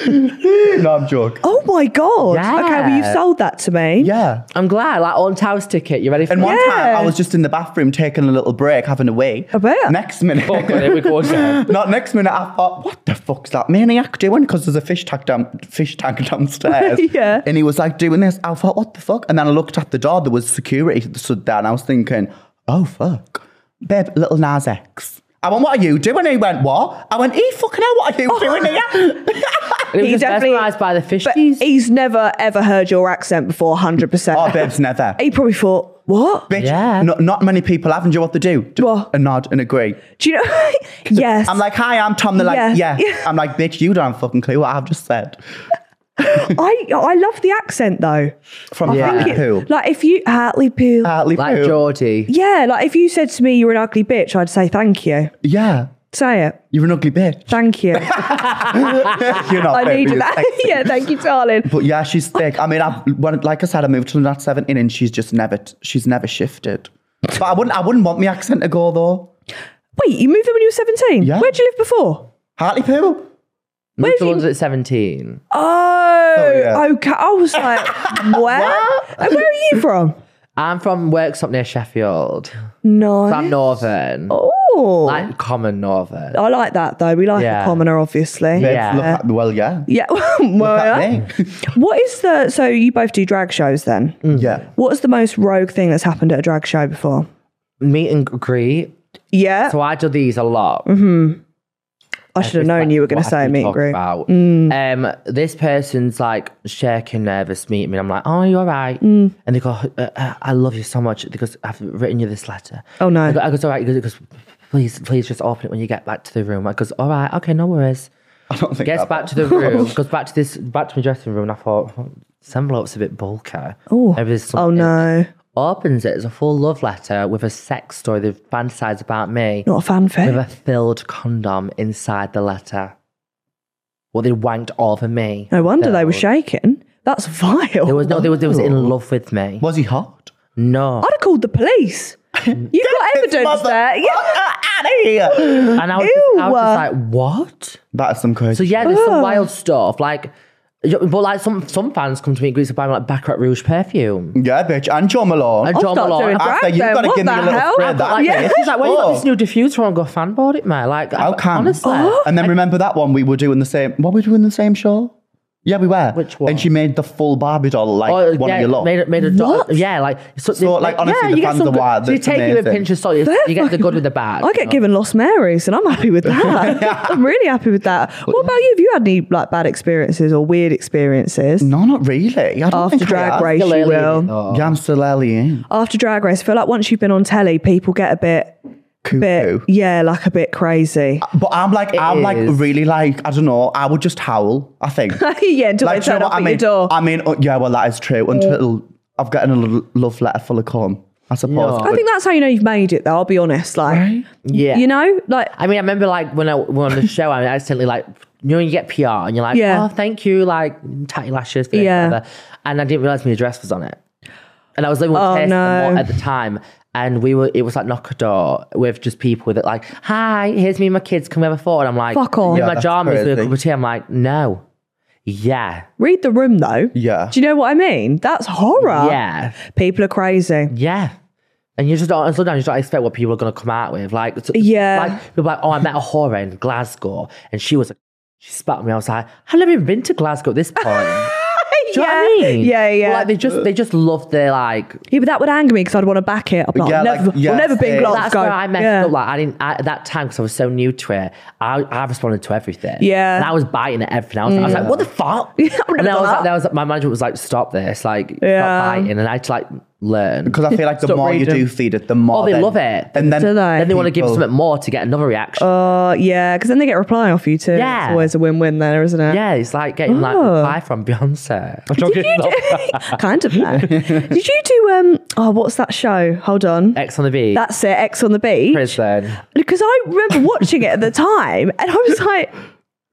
S3: no, I'm joking.
S1: Oh my god.
S2: Yeah.
S1: Okay, well you've sold that to me.
S3: Yeah.
S2: I'm glad. Like on Tao's ticket. You ready for
S3: And one
S1: Yeah.
S3: time I was just in the bathroom taking a little break, having a wee.
S1: I bet.
S3: Next minute.
S2: Oh, God, here we go again.
S3: Not next minute. I thought, what the fuck's that maniac doing? Because there's a fish tank down, fish tank downstairs.
S1: Yeah.
S3: And he was like doing this. I thought, what the fuck? And then I looked at the door. There was security that stood there, and I was thinking, oh fuck, babe, little Nas X. I went, what are you doing? He went, what? I went, e fucking hell, what are you doing here?
S2: It was
S1: He
S2: just
S1: definitely-
S2: mesmerised by the
S1: But
S2: fishies.
S1: he's never ever heard your accent before, hundred percent.
S3: oh, babe's never.
S1: He probably thought, what?
S3: Bitch,
S2: Yeah.
S3: no- not many people have, and do you know what they do? Just
S1: What?
S3: A nod and agree.
S1: Do you know? yes.
S3: I'm like, hi, I'm Tom. They're like,
S1: Yeah.
S3: yeah. I'm like, bitch, you don't have a fucking clue what I've just said.
S1: I I love the accent though.
S3: From
S1: I
S3: Hartlepool.
S1: think it- like if you Hartlepool.
S3: Hartlepool.
S2: like Geordie.
S1: yeah, like if you said to me you're an ugly bitch, I'd say thank you.
S3: Yeah.
S1: Say it.
S3: You're an ugly bitch.
S1: Thank you.
S3: You're not.
S1: I
S3: babe,
S1: needed
S3: you're
S1: that.
S3: sexy.
S1: yeah, thank you, darling.
S3: But yeah, she's thick. I mean, I've, when, like I said, I moved to London at 17 and she's just never, t- she's never shifted. But I wouldn't, I wouldn't want my accent to go though.
S1: Wait, you moved in when you were 17?
S3: Yeah.
S1: Where'd you live before?
S3: Hartlepool.
S2: Moved to
S1: you-
S2: London at 17.
S1: Oh,
S3: yeah.
S1: okay. I was like, where? and where are you from?
S2: I'm from Worksop near Sheffield.
S1: No.
S2: So I'm northern.
S1: Oh,
S2: Like common northern.
S1: I like that though. We like a
S2: Yeah.
S1: commoner, obviously.
S3: Babe,
S2: Yeah.
S3: Look at, well, yeah.
S1: Yeah.
S3: Look
S1: well, yeah.
S3: at me.
S1: What is the? So you both do drag shows then?
S3: yeah.
S1: What's the most rogue thing that's happened at a drag show before?
S2: Meet and greet.
S1: Yeah,
S2: So I do these a lot.
S1: I should have known you were going to
S2: What
S1: say Mm.
S2: have
S1: meet and
S2: talked
S1: greet.
S2: About. Um, this person's like shaking, nervous, meeting me. I'm like, oh, you're right.
S1: Mm.
S2: And they go, uh, uh, I love you so much because I've written you this letter.
S1: Oh, no.
S2: I go, I go, it's all right. He goes, he goes, please, please just open it when you get back to the room. I goes, all right, okay, no worries.
S3: I don't think
S2: Gets
S3: that-
S2: back to the room, goes back to this, back to my dressing room, and I thought, oh, this envelope's a bit bulky.
S1: Ooh.
S2: Maybe there's
S1: Oh
S2: something.
S1: no,
S2: Opens it as a full love letter with a sex story they've fantasized about me
S1: not a
S2: with
S1: fanfic.
S2: a filled condom inside the letter. Well, they wanked over me.
S1: No wonder they were
S2: Filled.
S1: shaking. That's vile.
S2: There was no, they was, they was in love with me.
S3: Was he hot?
S2: No,
S1: I'd have called the police. You've got evidence there. Yeah.
S3: out of here.
S2: and I was, just, I
S1: Ew.
S2: was just like, what?
S3: That's some crazy.
S2: So yeah, there's some wild stuff. Like, y- but like some some fans come to me in Greece to buy me like Baccarat Rouge perfume.
S3: Yeah, bitch. And John Malone.
S2: And
S1: I'll
S2: John
S1: start
S2: Malone.
S1: doing
S2: I
S1: drag
S3: said, "You've
S1: then.
S3: gotta
S1: What
S3: give me
S1: the
S3: a little
S1: hell?
S3: spread, that
S2: Like,
S3: Yeah.
S2: yeah. She's like, where you got this
S3: Oh.
S2: new diffuser and go fanboard it, mate? Like,
S3: How
S2: I-
S3: can?
S2: Honestly.
S1: Oh.
S3: and then remember that one we were doing the same. What were we doing the same show? Yeah, we were.
S2: Which one?
S3: And she made the full Barbie doll like
S2: Oh,
S3: one of
S2: yeah,
S3: your lot.
S2: made a, made a
S1: What?
S2: dot. Yeah, like so,
S3: So, like, honestly, the
S2: you get
S3: fans
S2: some
S3: are
S2: good-
S3: wild.
S2: So you
S3: That's
S2: take it with a
S3: amazing.
S2: pinch of salt. You, you get the good with the bad.
S1: I get given Lost Marys, and I'm happy with that. I'm really happy with that. What about you? Have you had any like bad experiences or weird experiences
S3: no, not really. Mm. I don't
S1: after
S3: think I
S1: Drag
S3: have. Oh.
S1: Race? You will.
S3: Yeah, I'm still early in.
S1: After Drag Race, I feel like once you've been on telly, people get a bit, bit,
S3: Cuckoo.
S1: yeah, like a bit crazy.
S3: But I'm like, I'm like
S2: is.
S3: really like, I don't know. I would just howl. I think.
S1: yeah, until
S3: like,
S1: they
S3: do you
S1: turn
S3: know
S1: up
S3: what I
S1: at
S3: mean?
S1: your door.
S3: I mean, oh, yeah. Well, that is true. Until I've gotten a lo- love letter full of cum. I suppose.
S1: I think that's how you know you've made it, though. I'll be honest, like,
S2: Yeah.
S1: you know, like
S2: I mean, I remember like when I went on the show, I accidentally like, you know, when you get PR and you're like,
S1: Yeah.
S2: oh, thank you, like, tatty lashes. this,
S1: Yeah.
S2: whatever. And I didn't realize my address was on it. And I was living with
S1: Oh,
S2: Kirsten
S1: no.
S2: Watt at the time. And we were, it was like knock a door with just people with it, like, hi, here's me and my kids, can we have a photo? And I'm like,
S1: Fuck off.
S2: In
S1: Yeah,
S2: my
S3: that's
S2: jammies with a
S3: crazy.
S2: cup of tea. I'm like, no. Yeah.
S1: read the room, though.
S3: Yeah.
S1: Do you know what I mean? That's horror.
S2: Yeah.
S1: People are crazy.
S2: Yeah. And you just don't, and sometimes you don't expect what people are going to come out with. Like, t-
S1: Yeah.
S2: Like, people are like, oh, I met a whore in Glasgow and she was, she spat at me. I was like, I've never even been to Glasgow at this point. Do you know what I
S1: Yeah.
S2: mean?
S1: Yeah, yeah.
S2: But, like, they just, they just love their, like,
S1: Yeah, but that would anger me because I'd want to back it. I'm like,
S3: Yeah, like,
S1: never,
S3: yeah,
S1: I've never been
S3: same.
S1: Glasgow.
S2: that's where I messed
S1: yeah.
S2: up. Like, I didn't, I, at that time, because I was so new to it, I, I responded to everything.
S1: Yeah. Mm.
S2: And I was biting at everything. I was, I was like, what the fuck?
S1: never
S2: and then I
S1: done
S2: was,
S1: that.
S2: like, there was like, my manager was like, stop this. Like,
S1: Yeah.
S2: stop biting. And I had to, like, learn.
S3: Because I feel like the
S1: Stop
S3: more
S1: reading.
S3: you do feed it, the more
S2: Oh, they
S3: then-
S2: love it.
S3: And then,
S1: Do they?
S2: Then they want to give
S3: people-
S2: something more to get another reaction.
S1: Uh, yeah, because then they get a reply off you too.
S2: Yeah.
S1: It's always a win-win there, isn't it?
S2: Yeah, it's like getting like
S1: Oh.
S2: reply from Beyonce.
S1: Did you do, kind of. yeah. Did you do um? Oh, what's that show? Hold on.
S2: X on the beat.
S1: That's it. X on the beach.
S2: prison.
S1: Because I remember watching it at the time, and I was like.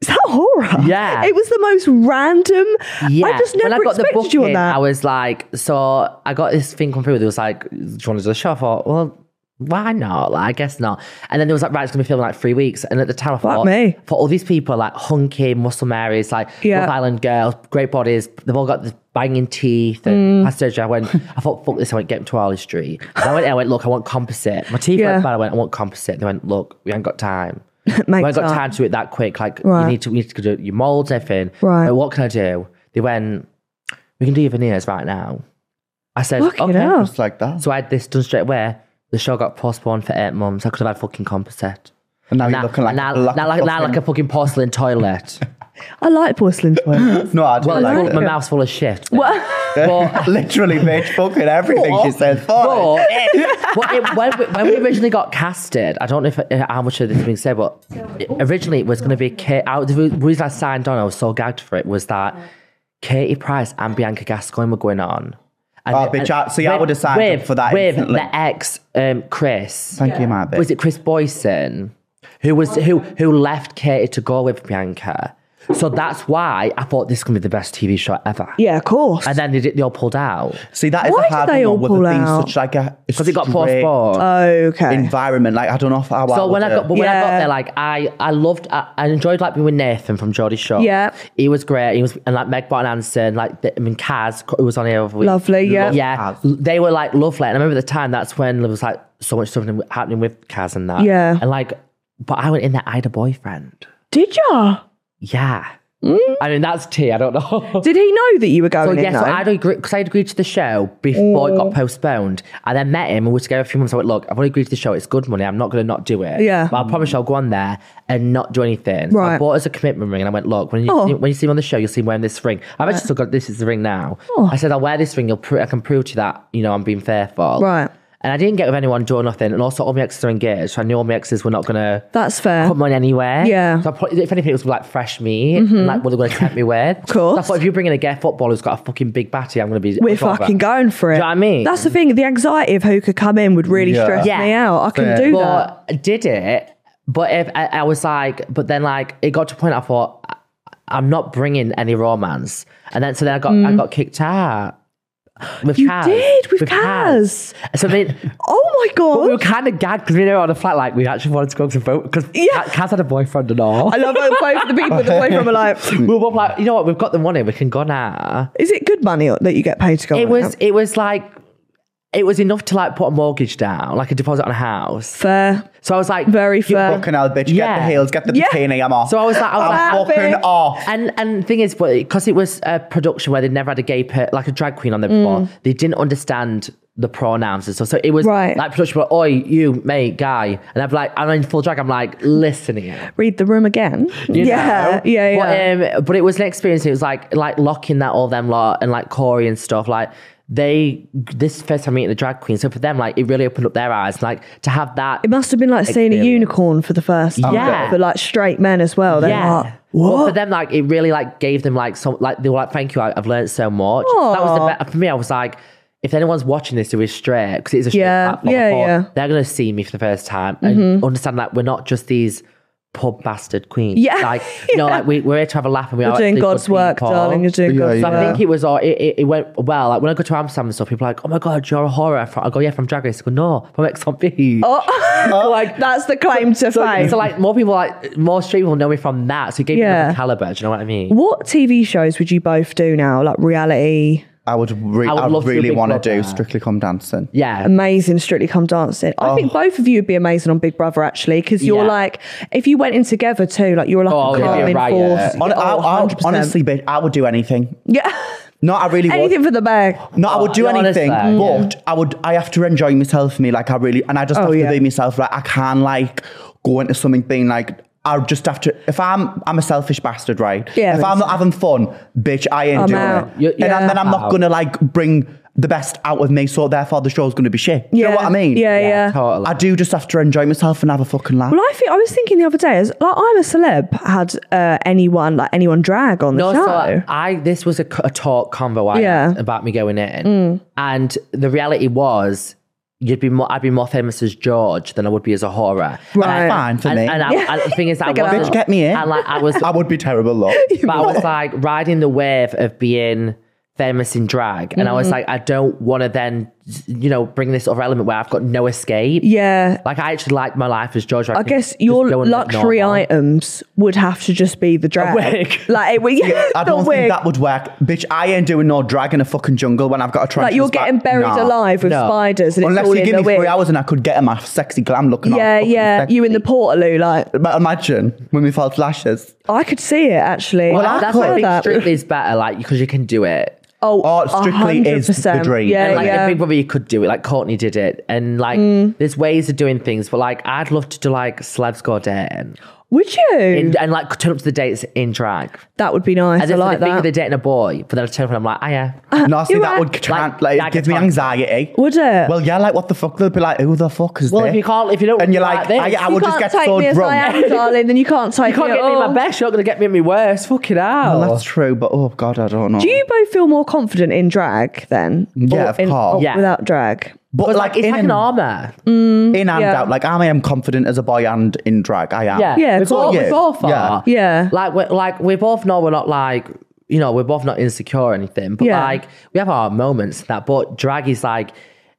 S1: Is that horror?
S2: Yeah.
S1: It was the most random.
S2: Yeah,
S1: I just never
S2: when I got the
S1: expected
S2: book
S1: you on
S2: in,
S1: that.
S2: I was like, so I got this thing come through. There was like, do you want to do the show? I thought, well, why not? Like, I guess not. And then there was like, right, it's gonna be filming like three weeks. And at the time, I thought,
S1: me.
S2: for all these people, like hunky, muscle Marys, like
S1: Yeah.
S2: Love Island girls, great bodies, they've all got the banging teeth
S1: Mm.
S2: and plastic surgery. I went, I thought, fuck this. I went get them to Harley Street. And I went, I went, look, I want composite. My teeth
S1: Yeah.
S2: went bad. I went, I want composite. They went, look, we ain't got time. we
S1: Makes
S2: ain't got
S1: sense.
S2: time to do it that quick. Like,
S1: Right.
S2: you need to, we need to do your molds, everything.
S1: Right.
S2: Like, what can I do? They went, we can do your veneers right now. I said,
S1: Fucking
S2: okay.
S1: hell.
S3: Just like that.
S2: So I had this done straight away. The show got postponed for eight months. I could have had fucking composite.
S3: and now you're
S2: Now,
S3: looking like,
S2: now,
S3: like
S2: now,
S3: a
S2: like, now like a
S3: fucking-
S2: fucking porcelain toilet.
S1: I like porcelain toilets.
S3: no, I don't
S2: well,
S3: like
S2: full-
S3: it.
S2: my mouth's full of shit.
S1: What?
S2: But,
S3: Literally, bitch, fucking everything she
S2: but,
S3: said. Fuck.
S2: but it- when, we, when we originally got casted, I don't know if, uh, how much of this is being said, but it- originally it was going to be Kate. I, the reason I signed on, I was so gagged for it, was that Katie Price and Bianca Gascoigne were going on. And,
S3: Oh, bitch, I- see, I would've signed up
S2: with-
S3: for that
S2: with
S3: instantly.
S2: the ex um, Chris.
S3: Thank you, my bitch.
S2: was it Chris Boyson who was who who left Katie to go with Bianca? So that's why I thought this could be the best TV show ever.
S1: Yeah, of course.
S2: And then they, did, they all pulled out.
S3: See, that is
S1: Why
S3: a
S1: did
S3: hard
S1: they all
S3: one with
S1: pull
S3: it being
S1: out?
S3: such like a
S2: Because it got
S3: straight
S2: postponed.
S1: okay.
S3: environment. Like I don't know if I. uh,
S2: So when I got, but when I got
S1: Yeah.
S2: there, like I, I loved, I, I enjoyed like being with Nathan from Geordie Shore.
S1: Yeah.
S2: he was great. He was and like Meg Barton Anderson, like the, I mean Kaz, who was on here. Over
S1: Lovely, yeah. Love
S2: yeah.
S3: Kaz.
S2: They were like lovely, and I remember at the time that's when there was like so much stuff happening with Kaz and that.
S1: Yeah.
S2: and like, but I went in there. I had a boyfriend.
S1: Did ya?
S2: Yeah,
S1: Hmm?
S2: I mean that's tea. I don't know.
S1: Did he know that you were going
S2: So
S1: in?
S2: yeah, so
S1: though?
S2: I'd agree because I'd agreed to the show before it got postponed. I then met him and we were together a few months. I went, look, I've already agreed to the show. It's good money. I'm not going to not do it.
S1: Yeah.
S2: but I promise you, I'll go on there and not do anything. So I
S1: Right.
S2: bought us a commitment ring and I went, look, when you
S1: Oh.
S2: when you see me on the show, you'll see me wearing this ring. I've actually still got this is the ring now.
S1: Oh.
S2: I said I'll wear this ring. You'll pro- I can prove to you that you know I'm being faithful.
S1: Right.
S2: And I didn't get with anyone, do nothing. And also, all my exes are engaged. So I knew all my exes were not going to
S1: That's fair.
S2: come on anywhere.
S1: Yeah. Mm-hmm.
S2: So I probably, if anything, it was like fresh meat, and, like what they're going to tempt me with. Of
S1: course.
S2: So I thought if you bring in a gay footballer who's got a fucking big batty, I'm going to be.
S1: We're
S2: I'm sure of
S1: fucking going for it.
S2: Do you know what I mean?
S1: That's the thing. The anxiety of who could come in would really
S3: Yeah.
S1: stress
S2: Yeah.
S1: me out. I couldn't
S3: Fair.
S1: do that.
S2: But I did it. But if I, I was like, but then like it got to a point I thought I- I'm not bringing any romance, and then so then I got I got kicked out. With
S1: Mm. You
S2: Kaz.
S1: did, with
S2: So then,
S1: Oh my god!
S2: we were kind of gagged because we were on the flat like we actually wanted to go to vote because
S1: Yeah.
S2: Kaz had a boyfriend and all.
S1: I love how both the people with the boyfriend were like,
S2: we were both like, you know what, we've got the money, we can go now.
S1: "Is it good money that you get paid to go?"
S2: It
S1: on
S2: was it was like it was enough to like put a mortgage down, like a deposit on a house.
S1: fair,
S2: So I was like
S1: very fair.
S3: fucking hell, bitch,
S2: uh, Yeah.
S3: get the heels, get the
S1: Yeah.
S3: bikini, I'm off.
S2: So I was like, I was
S3: I'm
S2: like,
S3: fucking
S1: happy.
S3: off.
S2: And and the thing is, because it was a production where they never had a gay per, like a drag queen on there before, they didn't understand the pronouns and stuff. So it was
S1: Right.
S2: like production, but oi, you, mate, guy, and I'm like, I'm in full drag. I'm like, listening.
S1: Read the room again.
S2: you
S1: yeah,
S2: know?
S1: yeah, yeah.
S2: But, um, but it was an experience. It was like like locking that all them lot and like Corey and stuff. Like they this is the first time meeting the drag queen. So for them, like it really opened up their eyes. Like to have that.
S1: it must have been like seeing a
S2: Experience.
S1: unicorn for the first time.
S2: Yeah.
S1: for like straight men as well. They're like,
S2: But for
S1: what?
S2: them, like it really like gave them like some like they were like, thank you, I, I've learned so much. So That was the be- for me. I was like, if anyone's watching this who is straight, because it's a straight
S1: Yeah,
S2: platform, I
S1: yeah,
S2: thought,
S1: yeah. Mm-hmm.
S2: they're gonna see me for the first time and understand that we're not just these pub bastard queens.
S1: Yeah.
S2: like you know, like we, we're here to have a laugh and we are
S1: You're doing
S2: actually
S1: God's
S2: good
S1: work,
S2: people.
S1: darling. You're doing
S3: Yeah,
S1: God's
S3: yeah.
S2: So
S1: work.
S2: I think it was all it, it, it went well. Like when I go to Amsterdam and stuff, people are like, "Oh my god, you're a horror." I go, "Yeah, from Drag Race." I go, "No, from X on Beach."
S1: oh, like that's the claim to
S2: So,
S1: fame.
S2: so, like more people, like more straight people know me from that. So it gave me
S1: Yeah.
S2: a caliber. Do you know what I mean?
S1: what TV shows would you both do now? Like reality,
S3: I would, re-
S2: I
S3: I
S2: would love
S3: would
S2: to be a
S3: really
S2: big
S3: want to
S2: brother.
S3: do Strictly Come Dancing.
S2: Yeah.
S1: amazing Strictly Come Dancing. I think
S3: Oh.
S1: both of you would be amazing on Big Brother actually, because you're
S2: Yeah.
S1: like, if you went in together too, like you're like
S2: Oh,
S1: a
S2: it'd be a
S1: calming
S2: riot.
S1: force.
S3: Hon-
S1: Yeah,
S3: I-
S1: oh,
S3: I-
S1: 100%.
S3: honestly, bitch, I would do anything.
S1: yeah,
S3: No, I really would.
S1: anything for the bag.
S3: No, I would do
S2: Oh, honestly,
S3: anything,
S2: yeah.
S3: but I would. I have to enjoy myself, me. Like I really, and I just
S1: Oh,
S3: have
S1: yeah.
S3: to be myself. Like I can like go into something being like. I just have to. If I'm, I'm a selfish bastard, right?
S1: Yeah,
S3: If I'm not having fun, bitch, I ain't
S1: I'm
S3: doing
S1: out.
S3: it.
S2: You-
S3: and
S1: yeah.
S3: I'm- then I'm not
S2: Out.
S3: gonna like bring the best out of me. So therefore, the show's gonna be shit. You know what I mean?
S1: Yeah, yeah.
S2: Totally.
S3: I do just have to enjoy myself and have a fucking laugh.
S1: Well, I think I was thinking the other day, is like I'm a celeb. Had uh, anyone like anyone drag on the
S2: no,
S1: show?
S2: so I this was a, c- a talk convo I
S1: Yeah. Mm.
S2: had about me going in, and the reality was you'd be more, I'd be more famous as George than I would be as a horror.
S1: right.
S3: That's fine for
S2: and,
S3: me.
S2: and, I, and the thing is, I
S1: Like a
S2: wasn't-
S3: bitch, get me in.
S2: And like I was,
S3: I would be terrible, look.
S2: but I was like riding the wave of being famous in drag, and I
S1: Mm-hmm.
S2: was like, I don't want to then, you know, bring this other element where I've got no escape.
S1: Yeah.
S2: Like I actually like my life as George.
S1: I
S2: can
S1: guess
S2: just
S1: your
S2: go and live
S1: luxury
S2: normal.
S1: items would have to just be the drag.
S2: wig.
S1: Like it, would- yeah,
S3: I
S1: the
S3: don't think
S1: wig.
S3: that would work, bitch. I ain't doing no drag in a fucking jungle when I've got a trans.
S1: like you're getting buried alive with
S2: No.
S1: spiders and
S3: Unless
S1: it's all
S3: you
S1: in
S3: give
S1: the
S3: me
S1: wig.
S3: three hours and I could get him a sexy glam looking. all
S1: yeah,
S3: fucking
S1: yeah.
S3: sexy.
S1: You in the portaloo, like
S3: But imagine when we felt lashes.
S1: I could see it actually.
S2: Well,
S1: I
S2: that's
S1: could
S2: why I
S1: see
S2: think Strictly is better, like because you can do it.
S1: Oh,
S3: Oh, Strictly is the
S1: 100%.
S3: dream.
S1: Yeah,
S2: And like
S1: yeah. Mm.
S2: in Big Brother, you could do it. Like Courtney did it, and like there's ways of doing things. But like, I'd love to do like celebs go dating
S1: Would you?
S2: and, and like turn up to the dates in drag.
S1: that would be nice.
S2: And
S1: I
S2: then
S1: like
S2: they think
S1: that.
S2: they're dating a boy, but then I turn up and I'm like, oh yeah,
S3: no, see,
S1: you're
S3: that
S1: right.
S3: would can't,
S2: Like,
S3: like,
S2: like
S3: it gives
S2: a
S3: me
S2: tongue.
S3: anxiety.
S1: Would it?
S3: Well, yeah, like what the fuck? They'll be like, who the fuck is
S2: Well,
S3: this?
S2: if you can't- if you don't
S3: and you're
S2: like
S3: like,
S2: this,
S3: I, I
S1: you
S3: would
S1: can't
S3: just get
S1: take
S3: so
S1: me as I
S3: drunk.
S1: am, darling. Then you can't take
S2: you can't
S1: me.
S2: get
S1: at
S2: me in
S1: all.
S2: my best. You're not gonna get me in my worst. Fucking hell.
S3: Well, that's true, but oh god, I don't know.
S1: Do you both feel more confident in drag then?
S3: Yeah,
S1: Or
S3: of
S1: in-
S3: course.
S1: or
S2: Yeah.
S1: Without drag.
S3: But
S2: But
S3: like,
S2: like, it's
S3: in,
S2: like
S3: and,
S2: an armor.
S3: in and
S1: yeah.
S3: out, like I am confident as a boy and in drag. I am.
S2: Yeah,
S1: Yeah,
S2: we
S1: it's all
S2: both,
S3: you.
S2: we both
S3: Yeah.
S2: are.
S1: Yeah.
S2: like we like we both know we're not like you know we're both not insecure or anything, but
S1: Yeah.
S2: like we have our moments and that. But drag is like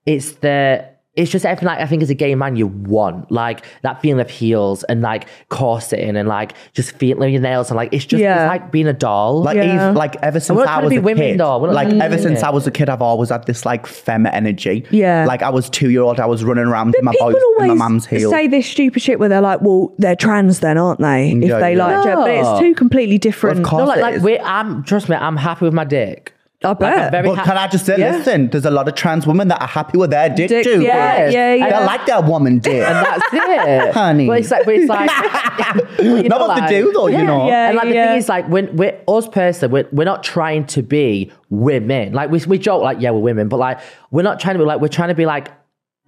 S2: it's the it's just everything like I think as a gay man you want like that feeling of heels and like corseting and like just feeling your nails and like it's just it's
S1: Yeah.
S2: like being a doll.
S3: Like,
S1: Yeah.
S3: even, like ever since
S2: not
S3: I
S2: trying to
S3: was
S2: be
S3: a
S2: women,
S3: kid,
S2: though. We're not
S3: like
S2: trying to
S3: ever
S2: be
S3: since
S2: women.
S3: I was a kid, I've always had this like femme energy.
S1: Yeah.
S3: like I was two year old, I was running around in my
S1: People
S3: boys in my
S1: always
S3: mum's heel.
S1: say this stupid shit where they're like, "Well, they're trans, then, aren't they? If
S3: Mm, Yeah,
S1: they
S3: yeah.
S1: like, gender." but it's two completely different.
S3: Of course
S2: no, like
S3: it
S2: like
S3: is.
S2: we I'm trust me I'm happy with my dick.
S1: I bet.
S2: I'm very
S3: But
S2: ha-
S3: can I just say,
S2: Yeah.
S3: listen, there's a lot of trans women that are happy with their dick,
S1: Dick,
S3: too.
S1: yeah,
S3: babe.
S1: yeah, yeah.
S3: They like their woman dick.
S2: and that's it,
S3: Honey.
S2: But it's like, but it's like, but you
S3: Not
S2: know,
S3: what
S2: like-
S3: they do, though, you know.
S1: yeah.
S2: and like the
S1: yeah.
S2: thing is, like when we're us personally, we're, we're not trying to be women. Like we we joke, like yeah, we're women, but like we're not trying to be like we're trying to be like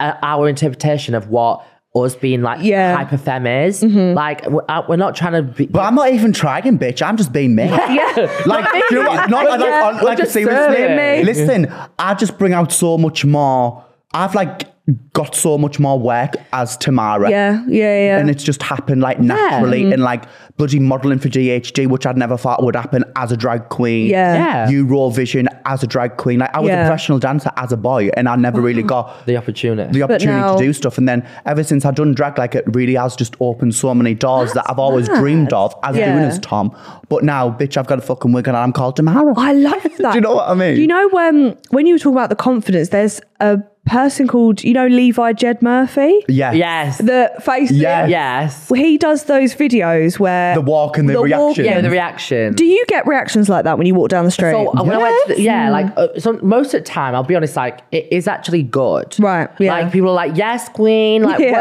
S2: a, our interpretation of what us being like
S1: Yeah.
S2: hyper femme is. Like we're, uh, we're not trying to be.
S3: But I'm not even trying, bitch. I'm just being me.
S1: yeah.
S3: Like, do you know what? Not, like,
S1: Yeah.
S3: on, like
S2: Just
S3: seriously.
S1: serving me.
S3: Listen, I just bring out so much more. I've like got so much more work as Tamara.
S1: yeah, yeah, yeah.
S3: And it's just happened like naturally and like bloody modeling for GHG, which I'd never thought would happen as a drag queen.
S1: Yeah.
S2: Yeah.
S3: Eurovision as a drag queen. Like I was
S1: Yeah. Mm-hmm.
S3: a professional dancer as a boy and I never really got
S2: the opportunity.
S3: the
S1: But
S3: opportunity
S1: now-
S3: to do stuff. And then ever since I've done drag, like it really has just opened so many doors that I've always dreamed of as
S1: Yeah.
S3: doing as Tom. But now, bitch, I've got a fucking wig and I'm called Tamara.
S1: I love that.
S3: Do you know what I mean?
S1: You know when when you were talking about the confidence, there's a person called you know Levi Jed Murphy,
S3: yeah.
S2: yes,
S1: the face.
S3: Yeah.
S2: yes,
S1: Well, he does those videos where
S3: The walk and the reaction.
S2: yeah, the reaction.
S1: Do you get reactions like that when you walk down the street?
S2: So uh, when I went, to the, yeah, like
S1: Mm.
S2: uh, so most of the time, I'll be honest, like it is actually good,
S1: Right, yeah.
S2: Like people are like, yes, queen, like
S1: Yeah.